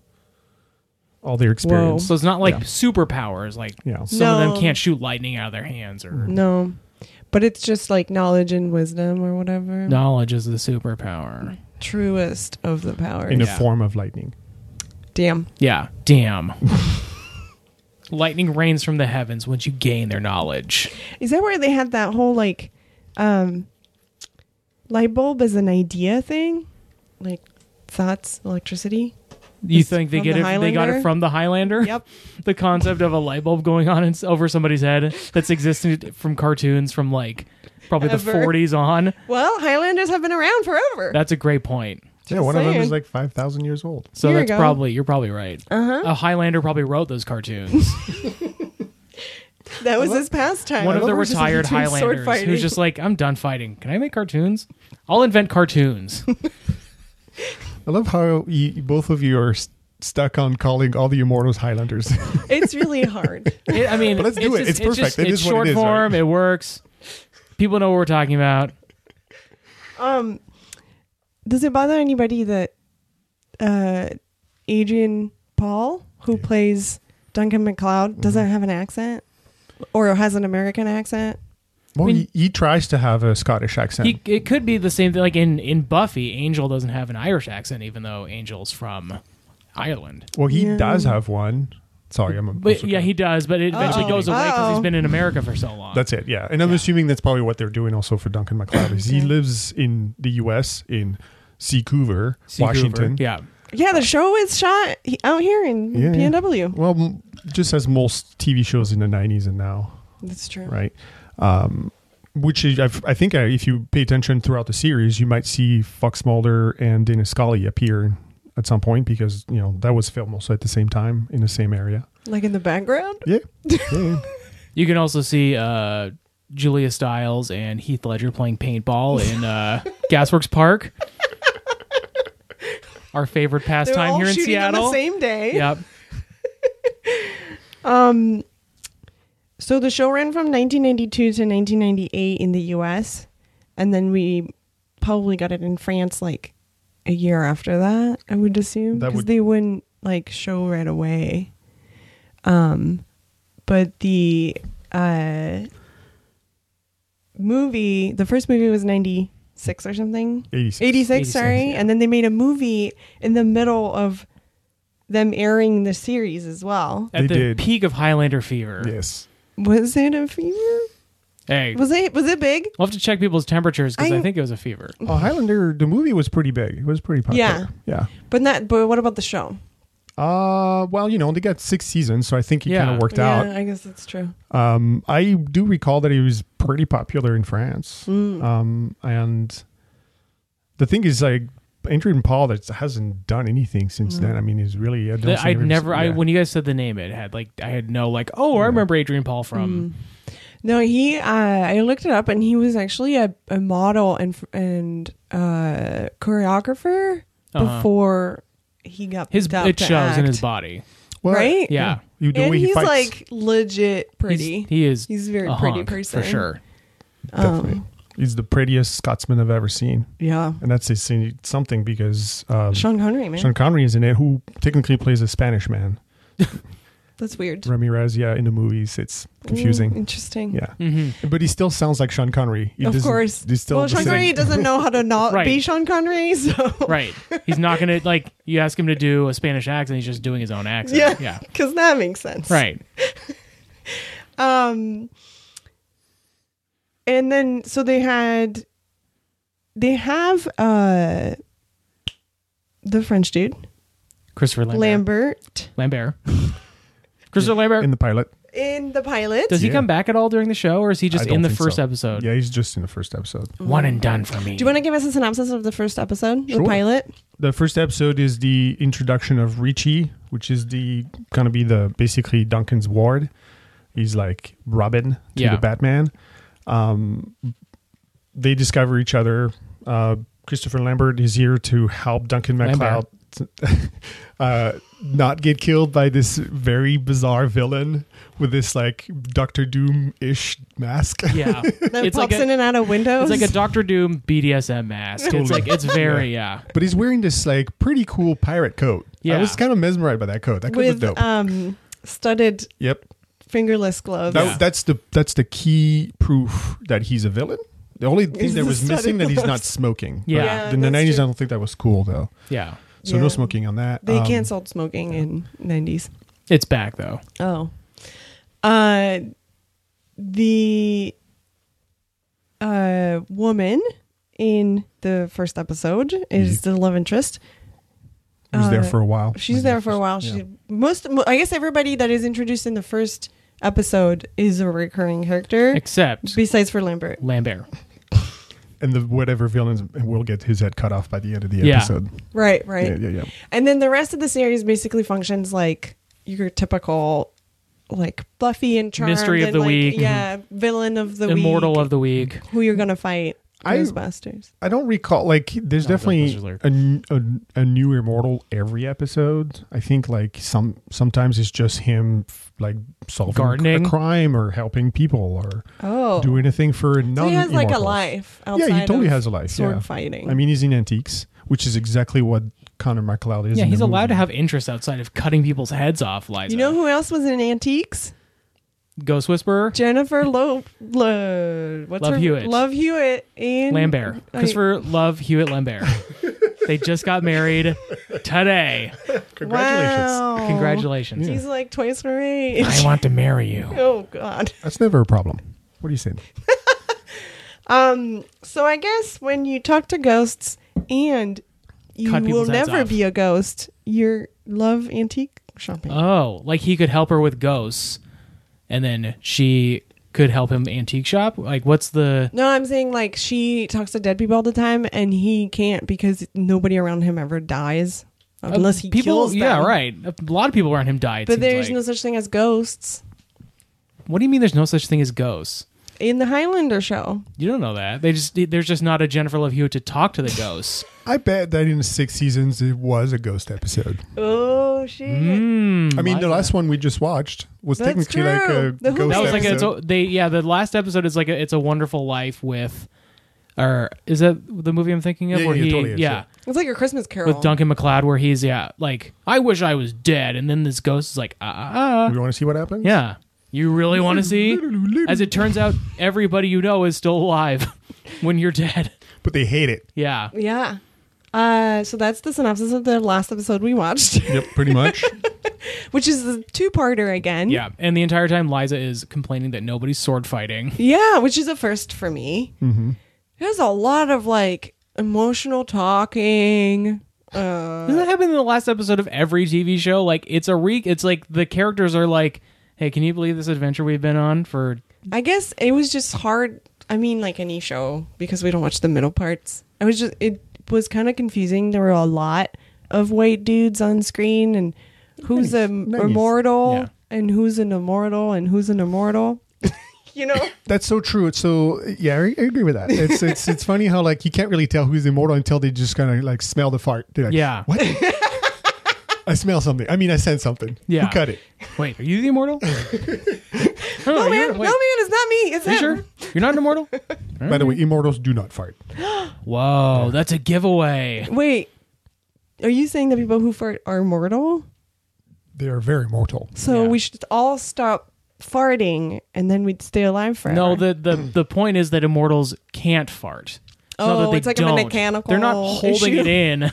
Speaker 4: all their experience.
Speaker 2: So it's not like
Speaker 4: Yeah.
Speaker 2: superpowers. Like
Speaker 4: Yeah,
Speaker 2: some of them
Speaker 3: No.
Speaker 2: can't shoot lightning out of their hands or
Speaker 3: No. But it's just like knowledge and wisdom or whatever.
Speaker 2: knowledge is the superpower.
Speaker 3: Truest of the powers.
Speaker 4: in the
Speaker 2: Yeah.
Speaker 4: form of lightning.
Speaker 3: Damn.
Speaker 2: Yeah. Damn. lightning rains from the heavens once you gain their knowledge.
Speaker 3: Is that where they had that whole like um light bulb as an idea thing? Like thoughts, electricity?
Speaker 2: You
Speaker 3: It's
Speaker 2: think they
Speaker 3: from
Speaker 2: get
Speaker 3: the
Speaker 2: it? They got it
Speaker 3: Highlander?
Speaker 2: from the Highlander.
Speaker 3: Yep.
Speaker 2: The concept of a light bulb going on in, over somebody's head that's existed from cartoons from like probably
Speaker 3: Ever.
Speaker 2: the 40s on.
Speaker 3: Well, Highlanders have been around forever.
Speaker 2: That's a great point.
Speaker 4: yeah, one of them
Speaker 3: saying.
Speaker 4: is like five thousand years old.
Speaker 2: So
Speaker 3: Here you
Speaker 2: that's
Speaker 3: go.
Speaker 2: probably you're probably right.
Speaker 3: Uh-huh.
Speaker 2: A Highlander probably wrote those cartoons.
Speaker 3: That was his pastime.
Speaker 2: One of the
Speaker 4: love how he's just
Speaker 2: retired
Speaker 3: into sword
Speaker 2: Highlanders
Speaker 3: fighting.
Speaker 2: who's just like, I'm done fighting. Can I make cartoons? I'll invent cartoons.
Speaker 4: I love how you, both of you are st- stuck on calling all the immortals Highlanders.
Speaker 3: it's really hard.
Speaker 2: It- I mean,
Speaker 4: But let's do it.
Speaker 2: just-
Speaker 4: It's perfect.
Speaker 2: just-
Speaker 4: It
Speaker 2: it's
Speaker 4: is what
Speaker 2: short
Speaker 4: it is, right?
Speaker 2: form. It works. People know what we're talking about.
Speaker 3: Um, does it bother anybody that uh, Adrian Paul, who plays Duncan McLeod,
Speaker 4: Mm-hmm.
Speaker 3: doesn't have an accent or has an American accent?
Speaker 4: well,
Speaker 2: mean-
Speaker 4: he, he tries to have a Scottish accent.
Speaker 2: He, it could be the same thing. Like in, in Buffy, Angel doesn't have an Irish accent, even though Angel's from Ireland.
Speaker 4: well, he
Speaker 3: Yeah.
Speaker 4: does have one. Sorry, I'm.
Speaker 2: But
Speaker 4: also
Speaker 2: yeah,
Speaker 4: gonna-
Speaker 2: he does. But it eventually
Speaker 3: Uh-oh.
Speaker 2: goes away because he's
Speaker 3: Uh-oh.
Speaker 2: been in America for so long.
Speaker 4: That's it. Yeah, and I'm assuming that's probably what they're doing also for Duncan McLeod. Is he
Speaker 3: Okay.
Speaker 4: lives in the U.S. in Seacouver,
Speaker 2: Steve Hoover.
Speaker 4: Washington.
Speaker 2: Yeah,
Speaker 3: Yeah, the show is shot he- out here in
Speaker 4: Yeah, yeah.
Speaker 3: PNW.
Speaker 4: Well, m- just as most TV shows in the '90s and now,
Speaker 3: That's true.
Speaker 4: right? Um, which is, I've, I think, uh, if you pay attention throughout the series, you might see Fox Mulder and Dennis Scully appear at some point because you know that was filmed also at the same time in the same area.
Speaker 3: Like in the background.
Speaker 4: Yeah. Yeah.
Speaker 2: you can also see uh, Julia Stiles and Heath Ledger playing paintball in uh, Gasworks Park. Our favorite
Speaker 3: They're
Speaker 2: pastime
Speaker 3: all
Speaker 2: here in
Speaker 3: shooting
Speaker 2: Seattle.
Speaker 3: on the same day.
Speaker 2: Yep.
Speaker 3: Um, So the show ran from 1992 to 1998 in the U.S., and then we probably got it in France like a year after that. I would assume
Speaker 4: That
Speaker 3: because
Speaker 4: would-
Speaker 3: they wouldn't like show right away. Um, but the uh movie, the first movie was 96 or something.
Speaker 4: 86.
Speaker 3: 86,
Speaker 2: 86,
Speaker 3: sorry.
Speaker 2: yeah.
Speaker 3: And then they made a movie in the middle of them airing the series as well.
Speaker 2: At
Speaker 4: They
Speaker 2: the
Speaker 4: did.
Speaker 2: peak of Highlander fever.
Speaker 4: Yes.
Speaker 3: Was it a fever?
Speaker 2: Hey,
Speaker 3: Was it was it big?
Speaker 2: we'll have to check people's temperatures because I,
Speaker 3: I-
Speaker 2: think it was a fever.
Speaker 4: Oh, Highlander, the movie was pretty big. It was pretty popular. Yeah.
Speaker 3: But not but what about the show?
Speaker 4: Yeah. Uh, well, you know, they got six seasons, so I think it
Speaker 2: Yeah.
Speaker 4: kind of worked
Speaker 3: Yeah, I guess that's true.
Speaker 4: out. Um, I do recall that it was pretty popular in France.
Speaker 3: Mm.
Speaker 4: Um, and the thing is, like, Adrian Paul that hasn't done anything since
Speaker 3: Mm.
Speaker 4: then. I mean, he's really. I don't
Speaker 2: The-
Speaker 4: see
Speaker 2: I'd
Speaker 4: him-
Speaker 2: never. I
Speaker 4: yeah.
Speaker 2: when you guys said the name, it had like I had no like. Oh, I remember Adrian Paul
Speaker 3: Mm,
Speaker 2: from.
Speaker 3: Hmm. No, he uh, I looked it up and he was actually a, a model and and uh, choreographer
Speaker 2: Uh-huh.
Speaker 3: before he got
Speaker 2: His
Speaker 3: picked up
Speaker 2: it
Speaker 3: to
Speaker 2: shows in his
Speaker 3: act.
Speaker 2: body.
Speaker 4: Well,
Speaker 3: right?
Speaker 2: Yeah,
Speaker 4: You know,
Speaker 3: and
Speaker 4: he
Speaker 3: he's
Speaker 4: fights.
Speaker 3: like legit pretty.
Speaker 2: He's, he is.
Speaker 3: He's a very
Speaker 2: a
Speaker 3: pretty
Speaker 2: hunk,
Speaker 3: person.
Speaker 2: for sure.
Speaker 4: Definitely.
Speaker 3: um,
Speaker 4: he's the prettiest Scotsman I've ever seen.
Speaker 3: yeah.
Speaker 4: And that's a- something because um,
Speaker 3: Sean Connery, man.
Speaker 4: Sean Connery is in it, who technically plays a Spanish man.
Speaker 3: that's weird.
Speaker 4: Ramirez, yeah, in the movies, it's
Speaker 3: Mm,
Speaker 4: confusing.
Speaker 3: interesting.
Speaker 4: Yeah,
Speaker 2: hmm
Speaker 4: but he still sounds like Sean Connery. He
Speaker 3: Of
Speaker 4: doesn't-
Speaker 3: course.
Speaker 4: he's still
Speaker 3: well,
Speaker 4: the
Speaker 3: Sean
Speaker 4: same.
Speaker 3: Connery doesn't know how to not
Speaker 2: Right.
Speaker 3: be Sean Connery, so
Speaker 2: Right. He's not gonna like. You ask him to do a Spanish accent. He's just doing his own accent.
Speaker 3: yeah,
Speaker 2: Yeah.
Speaker 3: because that makes sense,
Speaker 2: Right.
Speaker 3: um and then so they had they have uh the french dude
Speaker 2: Christopher Lambert.
Speaker 3: lambert
Speaker 2: Lambert. Christopher Lambert.
Speaker 4: in the pilot.
Speaker 3: in the pilot
Speaker 2: Does he
Speaker 4: Yeah.
Speaker 2: come back at all during the show, or is he just
Speaker 4: I don't
Speaker 2: in the
Speaker 4: think
Speaker 2: first
Speaker 4: so.
Speaker 2: episode?
Speaker 4: Yeah, he's just in the first episode.
Speaker 2: One and done for me.
Speaker 3: Mm. do you want to give us a synopsis of the first episode
Speaker 4: Sure.
Speaker 3: the pilot
Speaker 4: The first episode is the introduction of Richie, which is the gonna be the basically Duncan's ward. He's like Robin to
Speaker 2: Yeah.
Speaker 4: the Batman. Um, they discover each other. Uh, Christopher Lambert is here to help Duncan MacLeod
Speaker 2: Lambert.
Speaker 4: uh, not get killed by this very bizarre villain with this like Doctor Doom ish mask.
Speaker 2: Yeah.
Speaker 3: that
Speaker 2: it's like
Speaker 3: pops
Speaker 2: a,
Speaker 3: in and out of windows
Speaker 2: it's like a Doctor Doom BDSM mask. It's
Speaker 4: Totally.
Speaker 2: like it's very yeah.
Speaker 4: But he's wearing this like pretty cool pirate coat. I
Speaker 2: Yeah.
Speaker 4: was kind of mesmerized by that coat. That coat was
Speaker 3: with
Speaker 4: dope.
Speaker 3: um studded
Speaker 4: yep.
Speaker 3: fingerless gloves
Speaker 4: That,
Speaker 2: Yeah.
Speaker 4: That's the that's the key proof that he's a villain. The only thing
Speaker 3: Is
Speaker 4: that
Speaker 3: the
Speaker 4: was
Speaker 3: studded
Speaker 4: missing that he's not
Speaker 3: gloves.
Speaker 4: smoking.
Speaker 2: Yeah.
Speaker 3: Yeah,
Speaker 4: in the
Speaker 3: that's
Speaker 4: nineties, I
Speaker 3: true.
Speaker 4: don't think that was cool though.
Speaker 2: Yeah.
Speaker 4: So
Speaker 3: Yeah.
Speaker 4: no smoking on that.
Speaker 3: they
Speaker 4: Um,
Speaker 3: canceled smoking in 90s
Speaker 2: It's back though.
Speaker 3: Oh. Uh the uh woman in the first episode is the love interest.
Speaker 4: He was Mm-hmm. there
Speaker 3: Uh,
Speaker 4: for a while.
Speaker 3: She's there for a while. She most mo- I guess everybody that is introduced in the first episode is a recurring character
Speaker 2: Except
Speaker 3: besides for Lambert.
Speaker 2: Lambert.
Speaker 4: and the whatever villains will get his head cut off by the end of the
Speaker 2: Yeah.
Speaker 4: episode.
Speaker 3: Right, right.
Speaker 4: Yeah, yeah, yeah.
Speaker 3: And then the rest of the series basically functions like your typical like Buffy and Charmed.
Speaker 2: Mystery of
Speaker 3: and,
Speaker 2: the
Speaker 3: like,
Speaker 2: week.
Speaker 3: Yeah, villain of the
Speaker 2: Immortal
Speaker 3: week.
Speaker 2: of the week.
Speaker 3: who you're gonna fight.
Speaker 4: I-
Speaker 3: Ghostbusters.
Speaker 4: I don't recall. Like, there's
Speaker 2: No,
Speaker 4: definitely
Speaker 2: Ghostbusters
Speaker 4: a, n- a- a new immortal every episode. I think like some sometimes it's just him f- like solving
Speaker 2: Gardening?
Speaker 4: a crime or helping people or
Speaker 3: Oh,
Speaker 4: doing anything for non.
Speaker 3: so he has like a
Speaker 4: immortals.
Speaker 3: life.
Speaker 4: Yeah,
Speaker 3: Outside
Speaker 4: he totally
Speaker 3: of
Speaker 4: has a life.
Speaker 3: sword
Speaker 4: Yeah,
Speaker 3: fighting.
Speaker 4: I mean, he's in antiques, which is exactly what Connor McLeod is.
Speaker 2: Yeah,
Speaker 4: in
Speaker 2: he's
Speaker 4: the
Speaker 2: allowed to
Speaker 4: movie.
Speaker 2: have interests outside of cutting people's heads off, Liza.
Speaker 3: you know who else was in antiques?
Speaker 2: Ghost Whisperer,
Speaker 3: Jennifer Lo, Lo what's
Speaker 2: Love
Speaker 3: her
Speaker 2: Hewitt.
Speaker 3: Love Hewitt and
Speaker 2: Lambert.
Speaker 3: I-
Speaker 2: Christopher Love Hewitt Lambert. they just got married today.
Speaker 4: Congratulations.
Speaker 3: Wow.
Speaker 2: Congratulations.
Speaker 3: He's like twice her age.
Speaker 2: I want to marry you.
Speaker 3: oh God.
Speaker 4: That's never a problem. What do you say?
Speaker 3: Um. So I guess when you talk to ghosts and you
Speaker 2: Cut
Speaker 3: will
Speaker 2: people's heads
Speaker 3: never
Speaker 2: off.
Speaker 3: be a ghost, you love antique shopping.
Speaker 2: Oh, like he could help her with ghosts, and then she could help him antique shop. Like, what's the?
Speaker 3: No, I'm saying like she talks to dead people all the time, and he can't because nobody around him ever dies unless he
Speaker 2: Uh, people,
Speaker 3: kills them.
Speaker 2: yeah, right. A lot of people around him died.
Speaker 3: But there's no such thing as ghosts
Speaker 2: What do you mean? There's no such thing as ghosts.
Speaker 3: in the Highlander show.
Speaker 2: You don't know that. They just there's just not a Jennifer Love Hewitt to talk to the ghosts.
Speaker 4: I bet that in six seasons it was a ghost episode.
Speaker 3: Oh shit!
Speaker 2: Mm,
Speaker 4: I mean, the
Speaker 2: Liza.
Speaker 4: last one we just watched was
Speaker 3: That's
Speaker 4: technically
Speaker 3: true.
Speaker 4: like a
Speaker 3: The Who
Speaker 4: ghost
Speaker 2: that was
Speaker 4: episode.
Speaker 2: like a, it's a, they yeah the last episode is like a, it's a Wonderful Life with, or is that the movie I'm thinking of
Speaker 4: Yeah,
Speaker 2: where
Speaker 4: yeah,
Speaker 2: he
Speaker 4: totally is,
Speaker 2: yeah
Speaker 3: It's like a Christmas Carol.
Speaker 2: with Duncan McLeod where he's yeah like I wish I was dead and then this ghost is like ah ah, ah
Speaker 4: we want to see what happens.
Speaker 2: Yeah. You really want to see? As it turns out, everybody you know is still alive when you're dead.
Speaker 4: but they hate it.
Speaker 2: Yeah.
Speaker 3: yeah. Uh, so that's the synopsis of the last episode we watched,
Speaker 4: Yep, pretty much.
Speaker 3: which is the two-parter again.
Speaker 2: Yeah. And the entire time, Liza is complaining that nobody's sword fighting.
Speaker 3: Yeah, which is a first for me.
Speaker 2: Mm-hmm.
Speaker 3: There's a lot of like emotional talking. Uh,
Speaker 2: Doesn't that happen in the last episode of every TV show? Like, it's a re. It's like the characters are like, hey, can you believe this adventure we've been on for.
Speaker 3: I guess it was just hard. I mean, like any show, because we don't watch the middle parts. I was just, it was kind of confusing. There were a lot of white dudes on screen, and who's a
Speaker 4: Nice.
Speaker 3: immortal,
Speaker 2: Yeah.
Speaker 3: and who's an immortal, and who's an immortal. you know,
Speaker 4: That's so true. It's so yeah, I, I agree with that. It's it's it's funny how like you can't really tell who's immortal until they just kind of like smell the fart. They're like,
Speaker 2: Yeah.
Speaker 4: what? I smell something. I mean, I sense something.
Speaker 2: Yeah.
Speaker 4: who cut it?
Speaker 2: Wait, are you the immortal? no,
Speaker 3: no
Speaker 2: Oh, you're-
Speaker 3: man,
Speaker 2: wait,
Speaker 3: no man, it's not me. It's
Speaker 2: you
Speaker 3: him.
Speaker 2: sure? You're not an immortal?
Speaker 4: By the way, immortals do not fart.
Speaker 2: Whoa, that's a giveaway.
Speaker 3: Wait, are you saying that people who fart are mortal?
Speaker 4: They are very mortal.
Speaker 3: So
Speaker 2: Yeah.
Speaker 3: we should all stop farting, and then we'd stay alive forever.
Speaker 2: No, the, the the point is that immortals can't fart. not
Speaker 3: Oh,
Speaker 2: that they
Speaker 3: it's like a
Speaker 2: don't.
Speaker 3: mechanical
Speaker 2: They're not holding
Speaker 3: issue.
Speaker 2: it in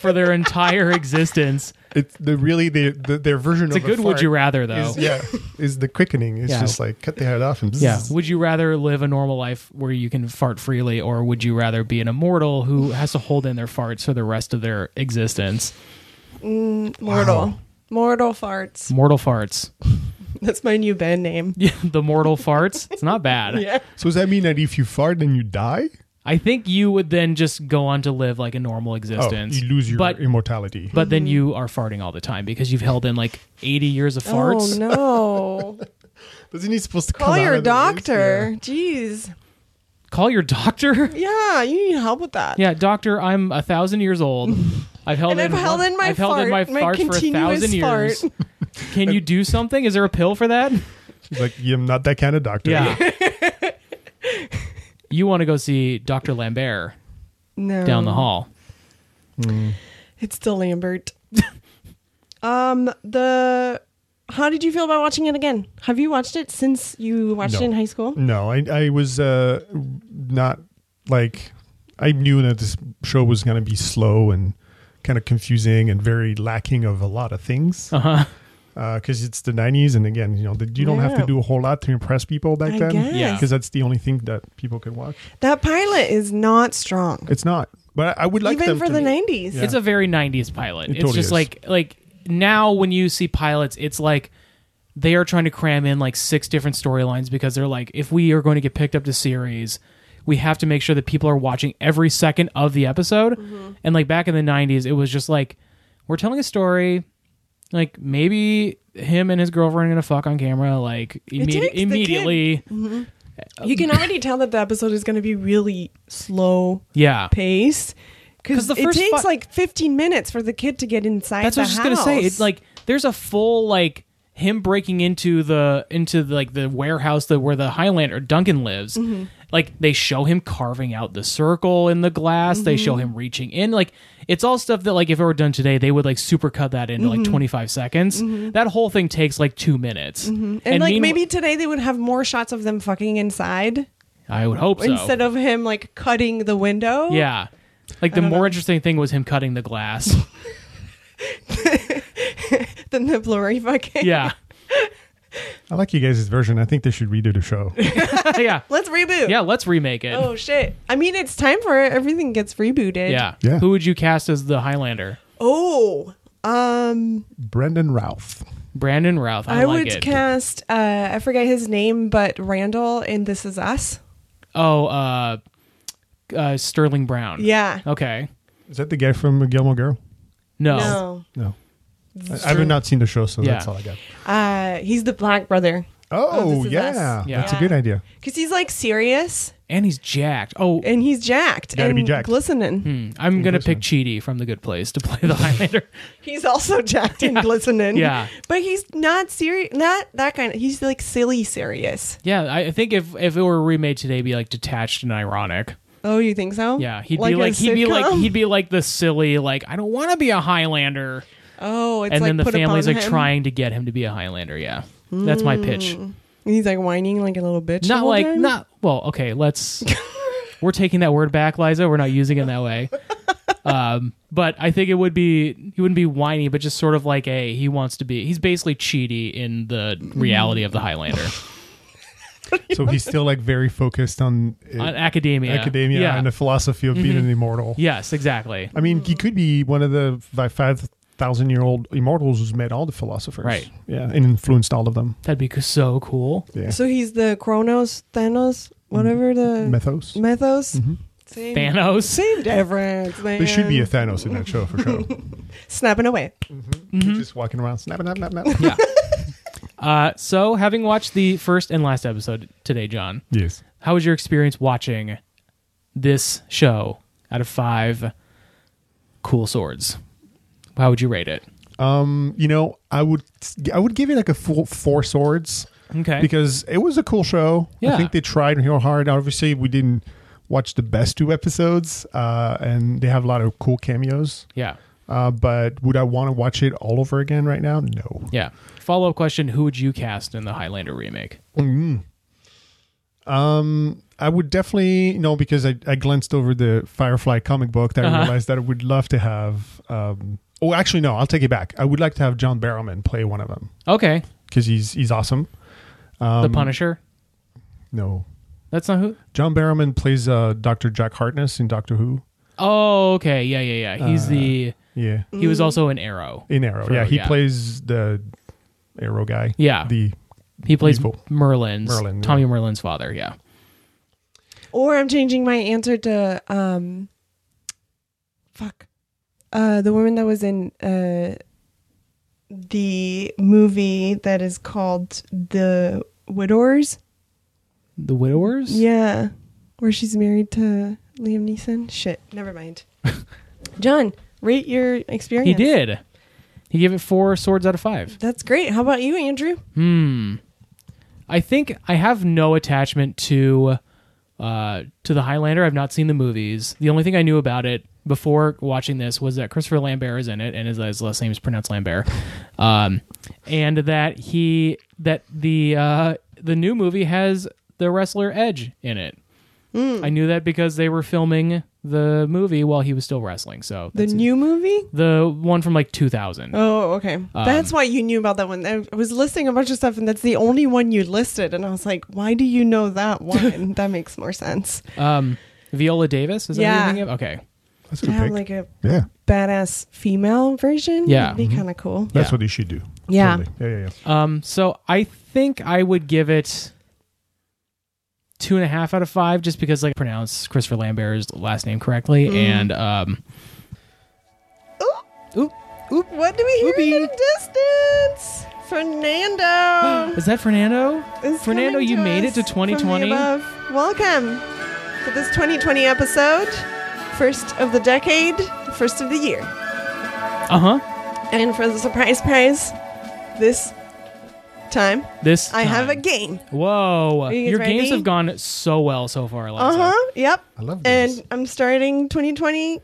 Speaker 2: for their entire existence.
Speaker 4: It's the really the, the their version
Speaker 2: It's a
Speaker 4: of
Speaker 2: good
Speaker 4: fart
Speaker 2: would you rather though.
Speaker 4: Is, yeah, is the quickening. It's
Speaker 2: Yeah.
Speaker 4: just like cut the head off and
Speaker 2: Yeah. Would you rather live a normal life where you can fart freely, or would you rather be an immortal who has to hold in their farts for the rest of their existence?
Speaker 3: mortal. Mortal farts.
Speaker 2: Mortal farts.
Speaker 3: That's my new band name.
Speaker 2: Yeah, the mortal farts. It's not bad.
Speaker 3: Yeah.
Speaker 4: So does that mean that if you fart then you die?
Speaker 2: I think you would then just go on to live like a normal
Speaker 4: Oh,
Speaker 2: existence.
Speaker 4: you lose your
Speaker 2: but
Speaker 4: immortality.
Speaker 2: but then
Speaker 3: Mm-hmm.
Speaker 2: you are farting all the time because you've held in like 80 years of farts.
Speaker 3: Oh no!
Speaker 4: Isn't he supposed to
Speaker 3: Call
Speaker 4: come out
Speaker 3: your
Speaker 4: of the-
Speaker 3: doctor. Jeez.
Speaker 2: Call your doctor.
Speaker 3: Yeah, you need help with that.
Speaker 2: Yeah, doctor, I'm a thousand years old. I've held
Speaker 3: And
Speaker 2: in
Speaker 3: I've held
Speaker 2: one-
Speaker 3: in my
Speaker 2: I've held in my
Speaker 3: fart, my
Speaker 2: fart for a thousand
Speaker 3: continuous
Speaker 2: years. Can you do something? Is there a pill for that?
Speaker 4: He's like, yeah, I'm not that kind of doctor.
Speaker 2: Yeah. you want to go see Doctor Lambert
Speaker 3: No.
Speaker 2: down the hall?
Speaker 3: It's still Lambert. um. The. How did you feel about watching it again? Have you watched it since you watched it
Speaker 4: No.
Speaker 3: in high school?
Speaker 4: No, I I was uh, not like I knew that this show was going to be slow and kind of confusing and very lacking of a lot of things
Speaker 2: Uh huh.
Speaker 4: because it's the 90s and again you know that you don't have
Speaker 3: Yeah.
Speaker 4: to do a whole lot to impress people back
Speaker 3: I
Speaker 4: then
Speaker 3: guess.
Speaker 2: Yeah.
Speaker 4: because that's the only thing that people could watch
Speaker 3: That pilot is not strong.
Speaker 4: it's not but i I would like
Speaker 3: Even
Speaker 4: them
Speaker 3: for
Speaker 4: to
Speaker 3: the
Speaker 4: be-
Speaker 3: nineties.
Speaker 4: Yeah.
Speaker 2: It's a very '90s pilot.
Speaker 4: It
Speaker 2: it's
Speaker 4: totally
Speaker 2: just
Speaker 4: is.
Speaker 2: like like now when you see pilots, it's like they are trying to cram in like six different storylines because they're like, if we are going to get picked up to series, we have to make sure that people are watching every second
Speaker 3: Mm-hmm.
Speaker 2: of the episode. And like back in the '90s, it was just like we're telling a story. like maybe him and his girlfriend are gonna fuck on camera like
Speaker 3: takes the
Speaker 2: immedi-
Speaker 3: kid.
Speaker 2: immediately.
Speaker 3: You can already tell that the episode is going to be really slow
Speaker 2: Yeah,
Speaker 3: paced
Speaker 2: 'Cause
Speaker 3: because
Speaker 2: the
Speaker 3: it
Speaker 2: first
Speaker 3: takes
Speaker 2: fi-
Speaker 3: like 15 minutes for the kid to get inside.
Speaker 2: that's
Speaker 3: the
Speaker 2: what I was just gonna say.
Speaker 3: house.
Speaker 2: It's like there's a full like him breaking into the into the, like the warehouse that where the Highlander Duncan lives.
Speaker 3: Mm-hmm.
Speaker 2: Like they show him carving out the circle in the glass. They
Speaker 3: Mm-hmm.
Speaker 2: show him reaching in. Like it's all stuff that like if it were done today, they would like super cut that into
Speaker 3: Mm-hmm.
Speaker 2: like 25 seconds. That whole thing takes like two minutes.
Speaker 3: Mm-hmm. and, like
Speaker 2: meanwh-
Speaker 3: maybe today they would have more shots of them fucking inside
Speaker 2: I would hope so.
Speaker 3: instead of him like cutting the window.
Speaker 2: yeah. Like the more interesting thing was him cutting the glass.
Speaker 3: Than the blurry fucking.
Speaker 2: yeah.
Speaker 4: I like you guys' version. I think they should redo the show.
Speaker 2: yeah.
Speaker 3: Let's reboot.
Speaker 2: Yeah, let's remake it.
Speaker 3: Oh shit. I mean, it's time for it. Everything gets rebooted.
Speaker 2: yeah.
Speaker 4: Yeah.
Speaker 2: Who would you cast as the Highlander?
Speaker 3: Oh. Um,
Speaker 4: Brendan Routh.
Speaker 2: Brandon Routh. I,
Speaker 3: I,
Speaker 2: like
Speaker 3: would
Speaker 2: it.
Speaker 3: cast uh I forget his name, but Randall in This Is Us.
Speaker 2: oh, uh, uh, Sterling Brown.
Speaker 3: Yeah.
Speaker 2: Okay.
Speaker 4: Is that the guy from Gilmore Girl?
Speaker 2: No.
Speaker 3: No.
Speaker 4: No. I, I've not seen the show, so that's
Speaker 2: Yeah.
Speaker 4: all I got.
Speaker 3: Uh he's the black brother.
Speaker 4: Oh,
Speaker 3: This Is
Speaker 4: yeah.
Speaker 3: Us.
Speaker 2: Yeah.
Speaker 4: That's a good idea.
Speaker 3: Cuz he's like serious
Speaker 2: And he's jacked. Oh,
Speaker 3: and he's jacked
Speaker 4: gotta
Speaker 3: and
Speaker 4: be jacked.
Speaker 3: glistening.
Speaker 2: hmm, I'm gonna pick Cheaty from The Good Place to play the Highlander.
Speaker 3: He's also jacked and glistening.
Speaker 2: Yeah.
Speaker 3: But he's not serious not that kind of he's like silly serious.
Speaker 2: yeah, I I think if if it were remade today, it'd be like detached and ironic.
Speaker 3: Oh, you think so?
Speaker 2: Yeah, he'd
Speaker 3: Like
Speaker 2: be
Speaker 3: a
Speaker 2: like he'd be like
Speaker 3: sitcom?
Speaker 2: he'd be like the silly like I don't want to be a Highlander,
Speaker 3: Oh, it's
Speaker 2: and
Speaker 3: like
Speaker 2: then the
Speaker 3: put
Speaker 2: family's
Speaker 3: upon
Speaker 2: like
Speaker 3: him.
Speaker 2: trying to get him to be a Highlander. Yeah, that's my pitch.
Speaker 3: And he's like whining like a little bitch. the
Speaker 2: Not
Speaker 3: whole
Speaker 2: like
Speaker 3: time.
Speaker 2: not well. Okay, let's. we're taking that word back, Liza. We're not using it in that way. Um, but I think it would be he wouldn't be whiny, but just sort of like a he wants to be. He's basically cheaty in the reality of the Highlander
Speaker 4: So he's still like very focused on, uh,
Speaker 2: on academia.
Speaker 4: academia
Speaker 2: yeah. Mm-hmm.
Speaker 4: and the philosophy of being an immortal.
Speaker 2: yes, exactly.
Speaker 4: I mean, he could be one of the fi- 5,000 year old immortals who's met all the philosophers.
Speaker 2: Right.
Speaker 4: Yeah. And influenced all of them.
Speaker 2: That'd be so cool.
Speaker 4: Yeah.
Speaker 3: So he's the Kronos, Thanos, whatever the
Speaker 4: Methos.
Speaker 3: Methos. Same,
Speaker 2: Thanos.
Speaker 3: same difference, man.
Speaker 4: There should be a Thanos in that show for sure.
Speaker 2: Mm-hmm.
Speaker 3: snapping away.
Speaker 4: He's just walking around snapping, snap, snap, snap.
Speaker 2: Yeah. Uh, so, having watched the first and last episode today, John,
Speaker 4: yes.
Speaker 2: how was your experience watching this show out of five cool swords how would you rate it
Speaker 4: Um, you know, I would I would give it like a full four swords
Speaker 2: okay
Speaker 4: because it was a cool show.
Speaker 2: Yeah.
Speaker 4: I think they tried real hard. Obviously, we didn't watch the best two episodes, uh, and they have a lot of cool cameos.
Speaker 2: yeah
Speaker 4: Uh, but would I want to watch it all over again right now? No.
Speaker 2: yeah follow-up question who would you cast in the highlander remake
Speaker 4: Um, I would definitely you know because I, I glanced over the Firefly comic book that
Speaker 2: Uh-huh.
Speaker 4: I realized that I would love to have. Um, oh, actually, no, I'll take it back. I would like to have John Barrowman play one of them
Speaker 2: okay
Speaker 4: because he's he's awesome. Um,
Speaker 2: the punisher
Speaker 4: No,
Speaker 2: that's not who
Speaker 4: John Barrowman plays uh, Doctor Jack Hartness in Doctor Who.
Speaker 2: oh okay yeah yeah yeah he's the
Speaker 4: Yeah,
Speaker 2: he was also an arrow
Speaker 4: in Arrow.
Speaker 2: For-
Speaker 4: yeah, he
Speaker 2: yeah.
Speaker 4: plays the Arrow guy.
Speaker 2: Yeah.
Speaker 4: the
Speaker 2: he plays
Speaker 4: Evil.
Speaker 2: merlin's
Speaker 4: Merlin, yeah.
Speaker 2: tommy merlin's father yeah
Speaker 3: Or I'm changing my answer to um, fuck, uh, the woman that was in uh, the movie that is called The Widowers.
Speaker 2: the widowers
Speaker 3: Yeah, where she's married to Liam Neeson. Shit, never mind. John, rate your experience.
Speaker 2: he did he gave it four swords out of five
Speaker 3: That's great. How about you, Andrew?
Speaker 2: Hmm. I think I have no attachment to uh, to the Highlander. I've not seen the movies. The only thing I knew about it before watching this was that Christopher Lambert is in it, and his, his last name is pronounced Lambert, um, and that he that the uh, the new movie has the wrestler Edge in it.
Speaker 3: Hmm.
Speaker 2: I knew that because they were filming the movie while he was still wrestling. So
Speaker 3: The
Speaker 2: that's-
Speaker 3: new movie?
Speaker 2: the one from like 2000.
Speaker 3: Oh, okay.
Speaker 2: Um,
Speaker 3: that's why you knew about that one. I was listing a bunch of stuff, and that's the only one you listed. And I was like, why do you know that one? that makes more sense.
Speaker 2: Um, Viola Davis is that
Speaker 3: Yeah.
Speaker 2: anything? Okay.
Speaker 4: that's a
Speaker 3: To
Speaker 4: good
Speaker 3: have
Speaker 4: pick.
Speaker 3: like a
Speaker 4: yeah,
Speaker 3: badass female version,
Speaker 2: Yeah. Mm-hmm.
Speaker 3: would be kind of cool.
Speaker 4: that's
Speaker 2: Yeah.
Speaker 4: what he should do.
Speaker 3: Yeah.
Speaker 4: Totally. yeah, yeah, yeah.
Speaker 2: Um, so I think I would give it two and a half out of five, just because like I pronounce
Speaker 3: Mm.
Speaker 2: Christopher Lambert's last name correctly, and um,
Speaker 3: Ooh.
Speaker 2: Ooh.
Speaker 3: Oop, what do we hear
Speaker 2: Oopie.
Speaker 3: in the distance? Fernando.
Speaker 2: Is that Fernando?
Speaker 3: is
Speaker 2: Fernando,
Speaker 3: coming
Speaker 2: you
Speaker 3: to
Speaker 2: made it
Speaker 3: us
Speaker 2: to
Speaker 3: from the
Speaker 2: 2020.
Speaker 3: above. Welcome to this 2020 episode, first of the decade, first of the year.
Speaker 2: Uh huh.
Speaker 3: And for the surprise prize, this time
Speaker 2: This
Speaker 3: I have a
Speaker 2: time.
Speaker 3: game.
Speaker 2: Whoa!
Speaker 3: you guys
Speaker 2: Your
Speaker 3: ready?
Speaker 2: games have gone so well so far, Eliza.
Speaker 3: Uh huh. Yep.
Speaker 4: I love this.
Speaker 3: And I'm starting 2020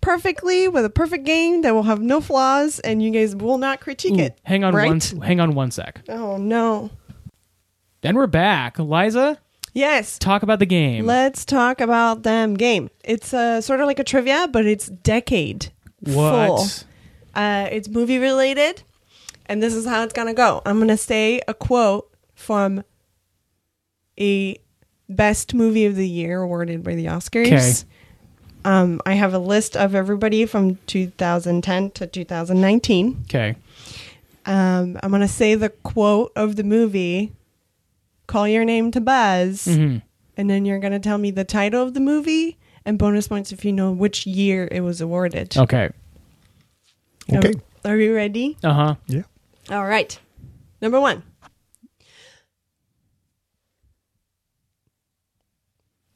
Speaker 3: perfectly with a perfect game that will have no flaws, and you guys will not critique
Speaker 2: Ooh,
Speaker 3: it.
Speaker 2: hang on
Speaker 3: right?
Speaker 2: one. s- Hang on one sec.
Speaker 3: Oh no.
Speaker 2: Then we're back. Eliza,
Speaker 3: Yes.
Speaker 2: talk about the game.
Speaker 3: Let's talk about them game. It's uh, sort of like a trivia, but it's decade
Speaker 2: what?
Speaker 3: full. Uh, it's movie related, and this is how it's gonna go. I'm gonna say a quote from a best movie of the year awarded by the Oscars.
Speaker 2: Okay.
Speaker 3: Um, I have a list of everybody from 2010 to 2019.
Speaker 2: Okay.
Speaker 3: Um, I'm gonna say the quote of the movie. Call your name to Buzz
Speaker 2: hmm
Speaker 3: and then you're going to tell me the title of the movie and bonus points if you know which year it was awarded. Um,
Speaker 2: Okay.
Speaker 4: Okay.
Speaker 3: Are, are you ready?
Speaker 2: Uh huh.
Speaker 4: Yeah.
Speaker 3: All right. Number one.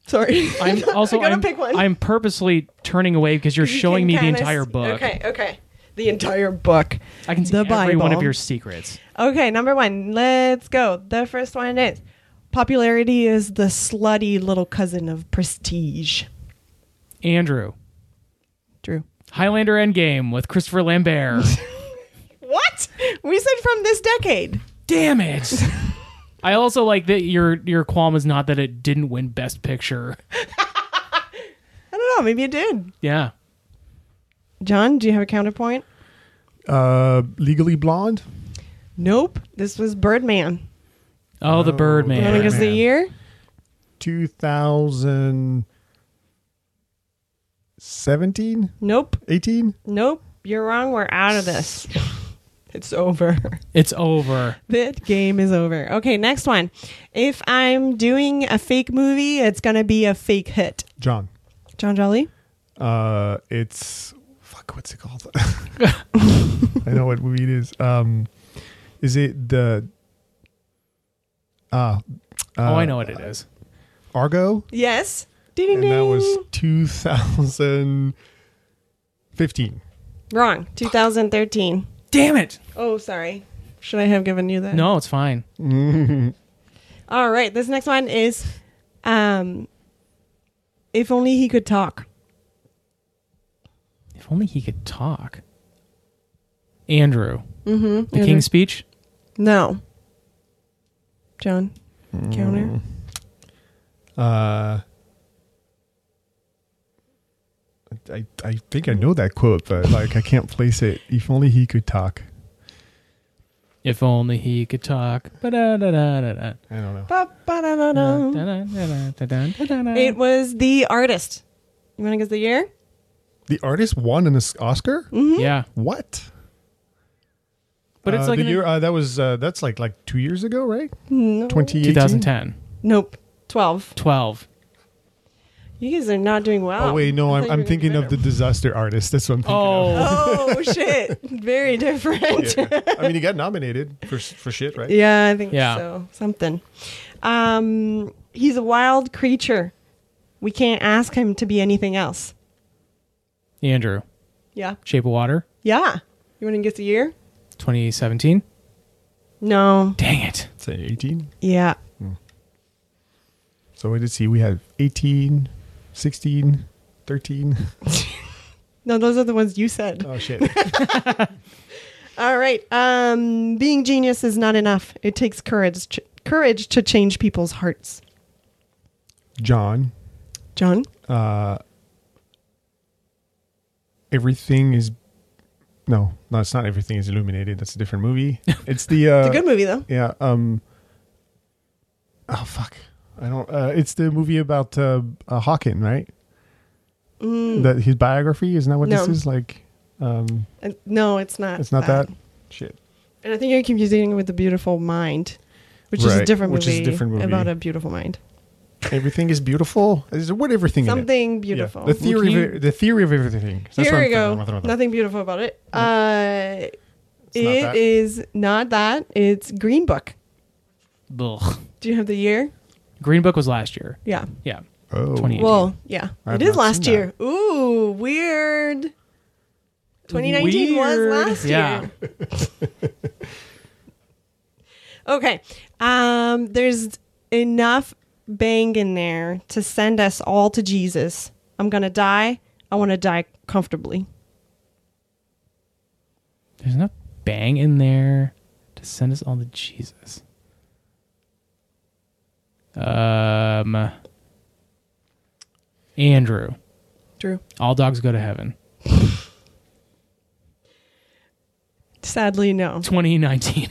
Speaker 3: Sorry.
Speaker 2: I'm also
Speaker 3: I gotta
Speaker 2: I'm,
Speaker 3: pick one.
Speaker 2: I'm purposely turning away because you're
Speaker 3: You
Speaker 2: showing
Speaker 3: can
Speaker 2: me the
Speaker 3: kinda
Speaker 2: entire
Speaker 3: s-
Speaker 2: book.
Speaker 3: Okay, okay. The entire book.
Speaker 2: I can see
Speaker 3: The
Speaker 2: every one
Speaker 3: Bible.
Speaker 2: of your secrets.
Speaker 3: Okay, number one. Let's go. The first one is popularity is the slutty little cousin of prestige.
Speaker 2: Andrew,
Speaker 3: Drew.
Speaker 2: Highlander Endgame with Christopher Lambert.
Speaker 3: What? We said from this decade.
Speaker 2: Damn it! I also like that your your qualm is not that it didn't win Best Picture.
Speaker 3: I don't know. Maybe it did.
Speaker 2: Yeah.
Speaker 3: John, do you have a counterpoint?
Speaker 4: Uh, Legally Blonde.
Speaker 3: Nope. This was Birdman.
Speaker 2: Oh, the
Speaker 4: Oh,
Speaker 2: Birdman.
Speaker 3: You want to guess the
Speaker 4: Birdman.
Speaker 3: year?
Speaker 4: 2017?
Speaker 3: Nope.
Speaker 4: 18?
Speaker 3: Nope. You're wrong. We're out of this. it's over.
Speaker 2: It's over.
Speaker 3: That game is over. Okay, next one. If I'm doing a fake movie, it's going to be a fake hit.
Speaker 4: John.
Speaker 3: John Jolly?
Speaker 4: Uh, it's fuck. What's it called? I know what movie it is. Um, is it the? Ah, uh,
Speaker 2: oh, I know what it is.
Speaker 4: Argo,
Speaker 3: Yes. Ding, ding,
Speaker 4: and that
Speaker 3: ding.
Speaker 4: was 2015.
Speaker 3: Wrong. 2013.
Speaker 2: Damn it!
Speaker 3: Oh, sorry. Should I have given you that?
Speaker 2: No, it's fine.
Speaker 3: All right. This next one is um, If Only He Could Talk.
Speaker 2: If only he could talk. Andrew,
Speaker 3: Mm-hmm.
Speaker 2: the King's Speech.
Speaker 3: No. John, counter.
Speaker 4: Uh, I I think I know that quote, but like I can't place it. If only he could talk.
Speaker 2: If only he could talk. Ba-da-da-da-da-da.
Speaker 4: I don't know.
Speaker 3: Ba-ba-da-da-da. It Mm.
Speaker 2: It
Speaker 3: was the artist. You want to guess the year?
Speaker 4: The artist won an Os- Oscar.
Speaker 3: Hmm.
Speaker 2: yeah,
Speaker 4: What?
Speaker 2: but it's
Speaker 4: Uh,
Speaker 2: like
Speaker 4: the
Speaker 2: in
Speaker 4: year uh, that was uh, that's like like two years ago, right?
Speaker 3: No.
Speaker 4: 2018?
Speaker 2: 2010,
Speaker 3: Nope. 12.
Speaker 2: 12.
Speaker 3: You guys are not doing well.
Speaker 4: Oh wait, no,
Speaker 3: I
Speaker 4: I'm,
Speaker 3: thought you
Speaker 4: I'm
Speaker 3: were gonna
Speaker 4: thinking
Speaker 3: do
Speaker 4: of the
Speaker 3: better.
Speaker 4: disaster artist. That's what I'm thinking of.
Speaker 2: Oh,
Speaker 3: Oh, shit. Very different. Yeah,
Speaker 4: Yeah. I mean, he got nominated for s- for shit, right?
Speaker 3: I think
Speaker 2: Yeah.
Speaker 3: so. Something. Um, he's a wild creature. We can't ask him to be anything else.
Speaker 2: Andrew,
Speaker 3: Yeah.
Speaker 2: Shape of Water,
Speaker 3: Yeah. You want to guess the year?
Speaker 2: 2017.
Speaker 3: No.
Speaker 2: Dang it!
Speaker 4: Say 18.
Speaker 3: Yeah.
Speaker 4: So what did see? We have 18, 16, 13.
Speaker 3: No, those are the ones you said.
Speaker 4: Oh shit.
Speaker 3: All right. Um, being genius is not enough. It takes courage, ch- courage to change people's hearts.
Speaker 4: John,
Speaker 3: John,
Speaker 4: uh, everything is no, no, it's not. Everything is illuminated. That's a different movie. It's the uh,
Speaker 3: it's a good movie though.
Speaker 4: yeah. Um, oh fuck, I don't. Uh, it's the movie about uh, uh, Hawking, right? That his biography isn't that what this
Speaker 3: Mm. No.
Speaker 4: is like? Um,
Speaker 3: Uh, no, it's not.
Speaker 4: it's not that. Shit.
Speaker 3: And I think you're confusing it with the Beautiful Mind, which is a
Speaker 4: Right,
Speaker 3: different
Speaker 4: which
Speaker 3: movie.
Speaker 4: is a different movie.
Speaker 3: about a beautiful mind.
Speaker 4: Everything is beautiful. Is there- what everything? in it?
Speaker 3: Something
Speaker 4: Yeah.
Speaker 3: beautiful.
Speaker 4: The theory,
Speaker 2: Would
Speaker 4: of, e- the theory of everything. That's
Speaker 3: Here
Speaker 4: what
Speaker 3: we go.
Speaker 4: I'm thinking. I'm thinking about that. Mm-hmm.
Speaker 3: Nothing beautiful about it. Uh,
Speaker 4: It's not
Speaker 3: it
Speaker 4: that.
Speaker 3: is not that. It's Green Book.
Speaker 2: Ugh.
Speaker 3: Do you have the year?
Speaker 2: Green Book was last year.
Speaker 3: Yeah.
Speaker 2: Yeah.
Speaker 4: Oh,
Speaker 2: 28.
Speaker 3: Well, yeah.
Speaker 4: I have
Speaker 3: it is
Speaker 4: not
Speaker 3: last
Speaker 4: seen
Speaker 3: year. Ooh, weird. 2019
Speaker 2: Weird.
Speaker 3: was last
Speaker 2: Yeah.
Speaker 3: year. Okay. Um, there's enough bang in there to send us all to Jesus. I'm going to die. I want to die comfortably.
Speaker 2: There's enough bang in there to send us all to Jesus. Um, Andrew,
Speaker 3: True.
Speaker 2: all dogs go to heaven.
Speaker 3: Sadly, no.
Speaker 2: 2019.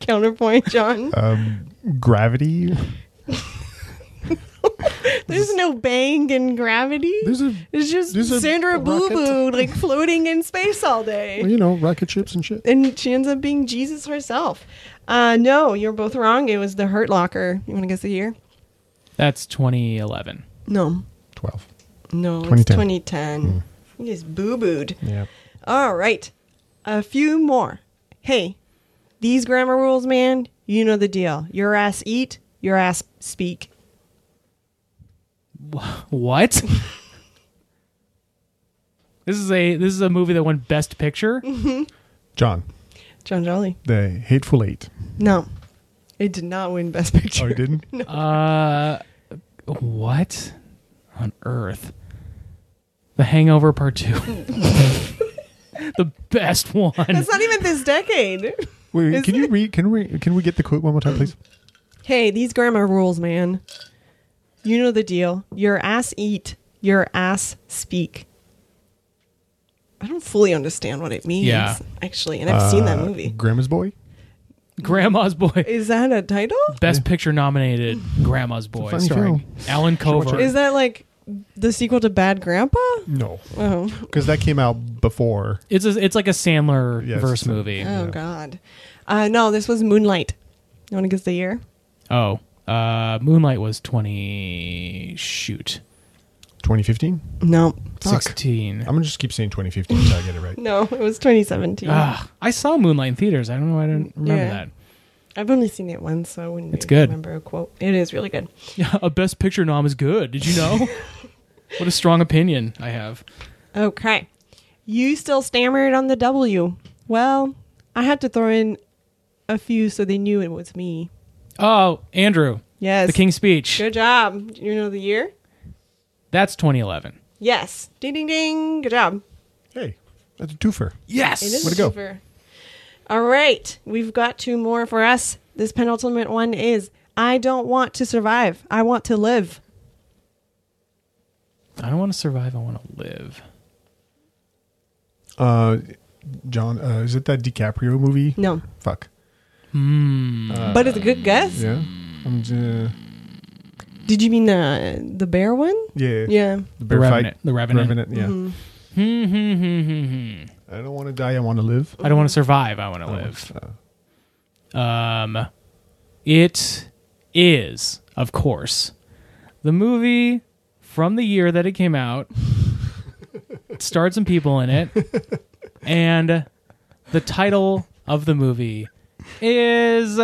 Speaker 3: Counterpoint, John.
Speaker 4: um, gravity.
Speaker 3: There's no bang in gravity.
Speaker 4: There's a,
Speaker 3: It's just
Speaker 4: there's a
Speaker 3: Sandra Boo
Speaker 4: rocket.
Speaker 3: Boo like floating in space all day.
Speaker 4: you know, rocket ships and shit.
Speaker 3: and she ends up being Jesus herself. Uh, no, you're both wrong. It was the Hurt Locker. You want to guess the year?
Speaker 2: That's 2011.
Speaker 3: No,
Speaker 4: Twelve.
Speaker 3: no, it's
Speaker 4: 2010.
Speaker 3: 2010.
Speaker 4: Mm.
Speaker 3: You just boo booed.
Speaker 4: Yeah.
Speaker 3: All right, a few more. Hey, these grammar rules, man. You know the deal. Your ass eat. Your ass speak.
Speaker 2: What? this is a this is a movie that won Best Picture.
Speaker 4: John,
Speaker 3: John Jolly.
Speaker 4: the Hateful Eight.
Speaker 3: No, it did not win Best Picture.
Speaker 4: Oh, you didn't.
Speaker 2: Uh, what on earth? The Hangover Part Two. the best one.
Speaker 3: That's not even this decade.
Speaker 4: Wait,
Speaker 3: Is
Speaker 4: can you read? Can we? Can we get the quote one more time, please?
Speaker 3: Hey, these grammar rules, man. You know the deal. Your ass eat, your ass speak. I don't fully understand what it means,
Speaker 2: Yeah.
Speaker 3: actually, and I've seen that
Speaker 4: Uh,
Speaker 3: movie.
Speaker 4: Grandma's Boy.
Speaker 2: Grandma's Boy.
Speaker 3: Is that a title?
Speaker 2: Best Picture nominated. Grandma's Boy.
Speaker 4: funny
Speaker 2: starring
Speaker 4: film.
Speaker 2: Alan Covert.
Speaker 3: Is that like the sequel to Bad Grandpa?
Speaker 4: No,
Speaker 3: Oh,
Speaker 4: because that came out before.
Speaker 2: it's a, it's like a Sandler
Speaker 4: Yes,
Speaker 2: verse
Speaker 4: it's a-
Speaker 2: movie.
Speaker 3: oh God. Uh, no, this was Moonlight. You want to guess the year?
Speaker 2: Oh, uh, Moonlight was twenty. Shoot,
Speaker 4: 2015.
Speaker 3: No.
Speaker 4: Fuck.
Speaker 2: 16
Speaker 4: I'm gonna just keep saying 2015 until I get it right.
Speaker 3: No, it was 2017.
Speaker 2: Ah, I saw Moonlight in theaters. I don't know. why I don't remember
Speaker 3: Yeah.
Speaker 2: that.
Speaker 3: I've only seen it once, so I wouldn't
Speaker 2: It's good.
Speaker 3: remember a quote. It is really good.
Speaker 2: Yeah, a Best Picture nom is good. Did you know? what a strong opinion I have.
Speaker 3: Okay. You still stammered on the W. Well, I had to throw in a few so they knew it was me.
Speaker 2: Oh, Andrew,
Speaker 3: Yes.
Speaker 2: the King's Speech.
Speaker 3: Good job. You know the year?
Speaker 2: That's 2011.
Speaker 3: Yes. Ding ding ding. Good job.
Speaker 4: Hey, that's a twofer.
Speaker 2: Yes.
Speaker 3: It is
Speaker 4: Way to go.
Speaker 3: super. All right. We've got two more for us. This penultimate one is I don't want to survive. I want to live.
Speaker 2: I don't want to survive. I want to live.
Speaker 4: Uh, John, uh, is it that DiCaprio movie?
Speaker 3: No.
Speaker 4: Fuck.
Speaker 3: but it's a good guess.
Speaker 4: Uh, Yeah.
Speaker 3: Hmm.
Speaker 4: I'm
Speaker 2: uh,
Speaker 4: j-
Speaker 3: Did you mean the the bear one?
Speaker 4: yeah.
Speaker 3: Yeah. Mm-hmm.
Speaker 4: The,
Speaker 2: The
Speaker 4: bear
Speaker 2: Revenant.
Speaker 4: fight.
Speaker 2: The Revenant.
Speaker 4: Revenant. Yeah.
Speaker 2: Hmm, hmm, hmm, hmm, hmm.
Speaker 4: I don't want to die. I want to live.
Speaker 2: I don't want to survive. I want to live. Um, it is, of course, the movie from the year that it came out. it starred some people in it, and the title of the movie is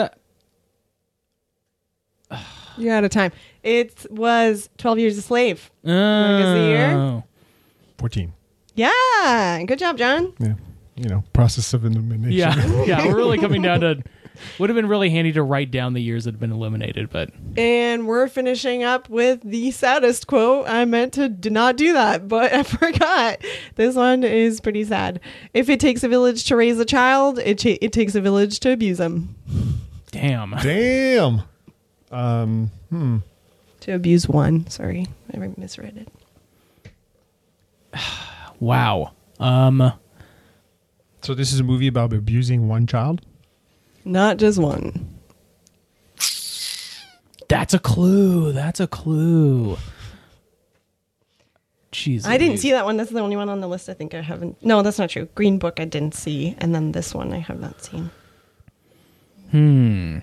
Speaker 3: You're out of time. It was 12 Years a Slave. guess the year?
Speaker 2: Oh.
Speaker 4: 14.
Speaker 3: Yeah. Good job, John.
Speaker 4: Yeah. You know, process of elimination.
Speaker 2: Yeah, yeah, we're really coming down to. Would have been really handy to write down the years that have been eliminated, but
Speaker 3: And we're finishing up with the saddest quote. I meant to d- not do that, but I forgot. This one is pretty sad. If it takes a village to raise a child, it, cha- it takes a village to abuse them.
Speaker 2: damn.
Speaker 4: Damn. Um, hmm.
Speaker 3: To abuse one. Sorry, I misread it.
Speaker 2: Wow. Um,
Speaker 4: So this is a movie about abusing one child?
Speaker 3: Not just one.
Speaker 2: that's a clue. That's a clue. Jesus.
Speaker 3: I didn't see that one. That's the only one on the list I think I haven't. No, that's not true. Green Book I didn't see. And then this one I have not seen.
Speaker 2: Hmm.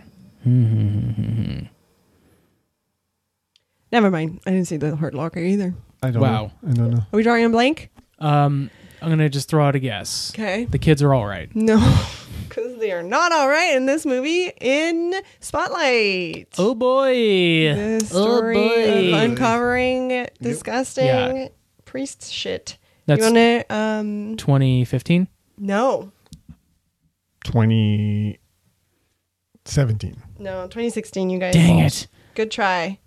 Speaker 3: Never mind. I didn't see the Hurt Locker either.
Speaker 4: I don't
Speaker 2: Wow.
Speaker 4: know. I don't know.
Speaker 3: Are we drawing a blank?
Speaker 2: Um, I'm gonna just throw out a guess.
Speaker 3: Okay.
Speaker 2: The kids are all right.
Speaker 3: No, because they are not all right in this movie in Spotlight.
Speaker 2: Oh boy!
Speaker 3: The story
Speaker 2: boy.
Speaker 3: of uncovering disgusting
Speaker 2: Yeah.
Speaker 3: priest shit.
Speaker 2: That's
Speaker 3: you wanna um
Speaker 2: 2015.
Speaker 3: no.
Speaker 4: 2017.
Speaker 3: No, 2016 you guys.
Speaker 2: Dang it!
Speaker 3: Good try.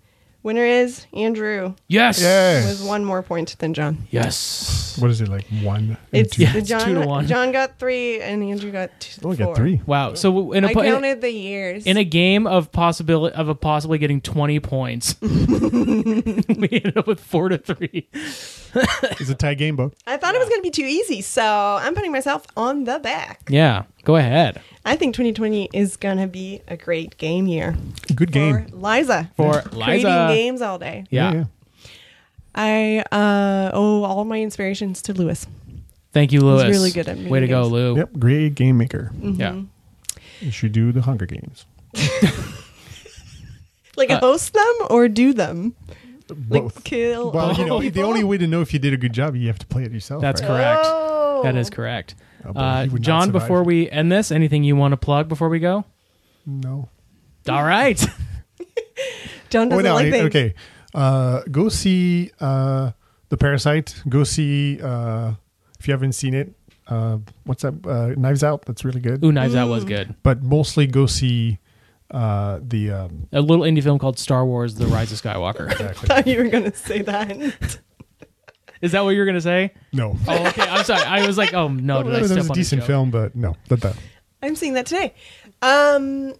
Speaker 3: Winner is Andrew
Speaker 2: Yes.
Speaker 4: Yes.
Speaker 3: with one more point than John.
Speaker 2: Yes.
Speaker 4: What is it like? One. and
Speaker 3: It's,
Speaker 4: two?
Speaker 2: Yeah, it's
Speaker 3: John,
Speaker 2: two to one.
Speaker 3: John got three and Andrew got two.
Speaker 4: Oh, we
Speaker 3: four.
Speaker 4: got three.
Speaker 2: Wow. So in a
Speaker 3: I
Speaker 2: po- in a-
Speaker 3: counted the years.
Speaker 2: in a game of possibility of a possibly getting 20 points, we ended up with four to three.
Speaker 4: It's a tie game, Bo.
Speaker 3: I thought it was going to be too easy, so I'm putting myself on the back.
Speaker 2: Yeah. Go ahead.
Speaker 3: I think 2020 is going to be a great game year
Speaker 4: Good game.
Speaker 3: for Liza.
Speaker 2: For
Speaker 3: Creating
Speaker 2: Liza.
Speaker 3: games all day.
Speaker 2: Yeah.
Speaker 3: I uh, owe all my inspirations to Lewis.
Speaker 2: Thank you, Lewis.
Speaker 3: really good at Mm-hmm.
Speaker 2: Way to go,
Speaker 3: video
Speaker 2: Lou.
Speaker 4: Yep. Great game maker.
Speaker 2: Yeah.
Speaker 4: You should do the Hunger Games.
Speaker 3: Like
Speaker 2: Uh,
Speaker 3: host them or do them.
Speaker 4: Both.
Speaker 3: Like kill.
Speaker 4: Well,
Speaker 3: all
Speaker 4: you know, the
Speaker 3: people?
Speaker 4: only way to know if you did a good job, you have to play it yourself.
Speaker 2: That's
Speaker 4: right?
Speaker 2: correct.
Speaker 3: Oh.
Speaker 2: That is correct.
Speaker 4: Oh, boy,
Speaker 2: Uh,
Speaker 4: he would not
Speaker 2: John,
Speaker 4: survive.
Speaker 2: before we end this, anything you want to plug before we go?
Speaker 4: No.
Speaker 2: All right.
Speaker 3: John
Speaker 4: Oh,
Speaker 3: doesn't
Speaker 4: no.
Speaker 3: like
Speaker 4: I-
Speaker 3: things.
Speaker 4: okay. Uh, go see uh, The Parasite. Go see, uh, if you haven't seen it, uh, what's that? Uh, Knives Out. That's really good.
Speaker 2: Ooh, Knives Out was
Speaker 3: Mm.
Speaker 2: good.
Speaker 4: But mostly go see uh, the. Um,
Speaker 2: A little indie film called Star Wars The Rise of Skywalker.
Speaker 4: exactly.
Speaker 3: thought you were going to say that.
Speaker 2: Is that what you were going to say?
Speaker 4: No.
Speaker 2: Oh, okay. I'm sorry. I was like, oh, no. Did
Speaker 4: Well,
Speaker 2: I step
Speaker 4: that was
Speaker 2: on his
Speaker 4: a decent
Speaker 2: joke?
Speaker 4: film, but no, not that.
Speaker 3: I'm seeing that today. Um,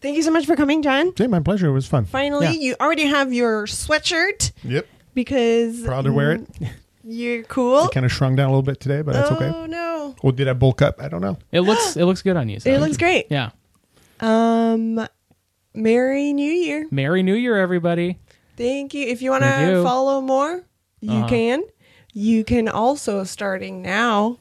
Speaker 3: thank you so much for coming, John.
Speaker 4: Jay, my pleasure. It was fun.
Speaker 3: Finally,
Speaker 2: Yeah.
Speaker 3: you already have your sweatshirt
Speaker 4: Yep.
Speaker 3: because
Speaker 4: Proud to wear it.
Speaker 3: You're cool.
Speaker 4: It kind of shrunk down a little bit today, but that's okay.
Speaker 3: Oh no,
Speaker 4: Or did I bulk up? I don't know.
Speaker 2: It looks, it looks good on you. so-
Speaker 3: it looks great.
Speaker 2: Yeah.
Speaker 3: Um, Merry New Year!
Speaker 2: Merry New Year, everybody.
Speaker 3: Thank you. If you want
Speaker 2: Thank
Speaker 3: to
Speaker 2: you.
Speaker 3: follow more, you
Speaker 2: Uh-huh.
Speaker 3: can. You can also starting now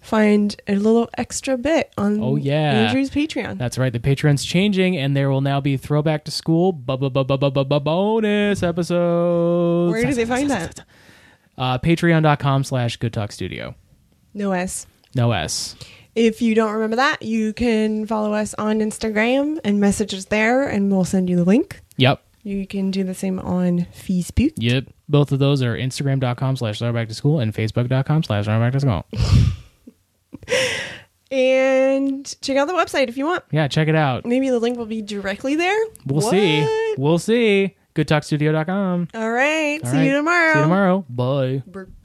Speaker 3: find a little extra bit on
Speaker 2: Oh, yeah.
Speaker 3: Andrew's Patreon.
Speaker 2: That's right. The Patreon's changing, and there will now be throwback to school bu- bu- bu- bu- bu- bu- bu- bonus episodes.
Speaker 3: Where do they find that?
Speaker 2: Uh, Patreon.com slash Good Talk Studio.
Speaker 3: No S.
Speaker 2: No S.
Speaker 3: If you don't remember that, you can follow us on Instagram and message us there, and we'll send you the link.
Speaker 2: Yep.
Speaker 3: You can do the same on Facebook.
Speaker 2: Yep. Both of those are Instagram.com slash throwback to school and Facebook.com slash throwback to school.
Speaker 3: And check out the website if you want.
Speaker 2: Yeah, check it out.
Speaker 3: Maybe the link will be directly there.
Speaker 2: We'll
Speaker 3: What?
Speaker 2: see. We'll see. GoodTalkStudio.com.
Speaker 3: All right.
Speaker 2: All
Speaker 3: see
Speaker 2: right.
Speaker 3: you tomorrow.
Speaker 2: See you tomorrow. Bye.
Speaker 3: Burp.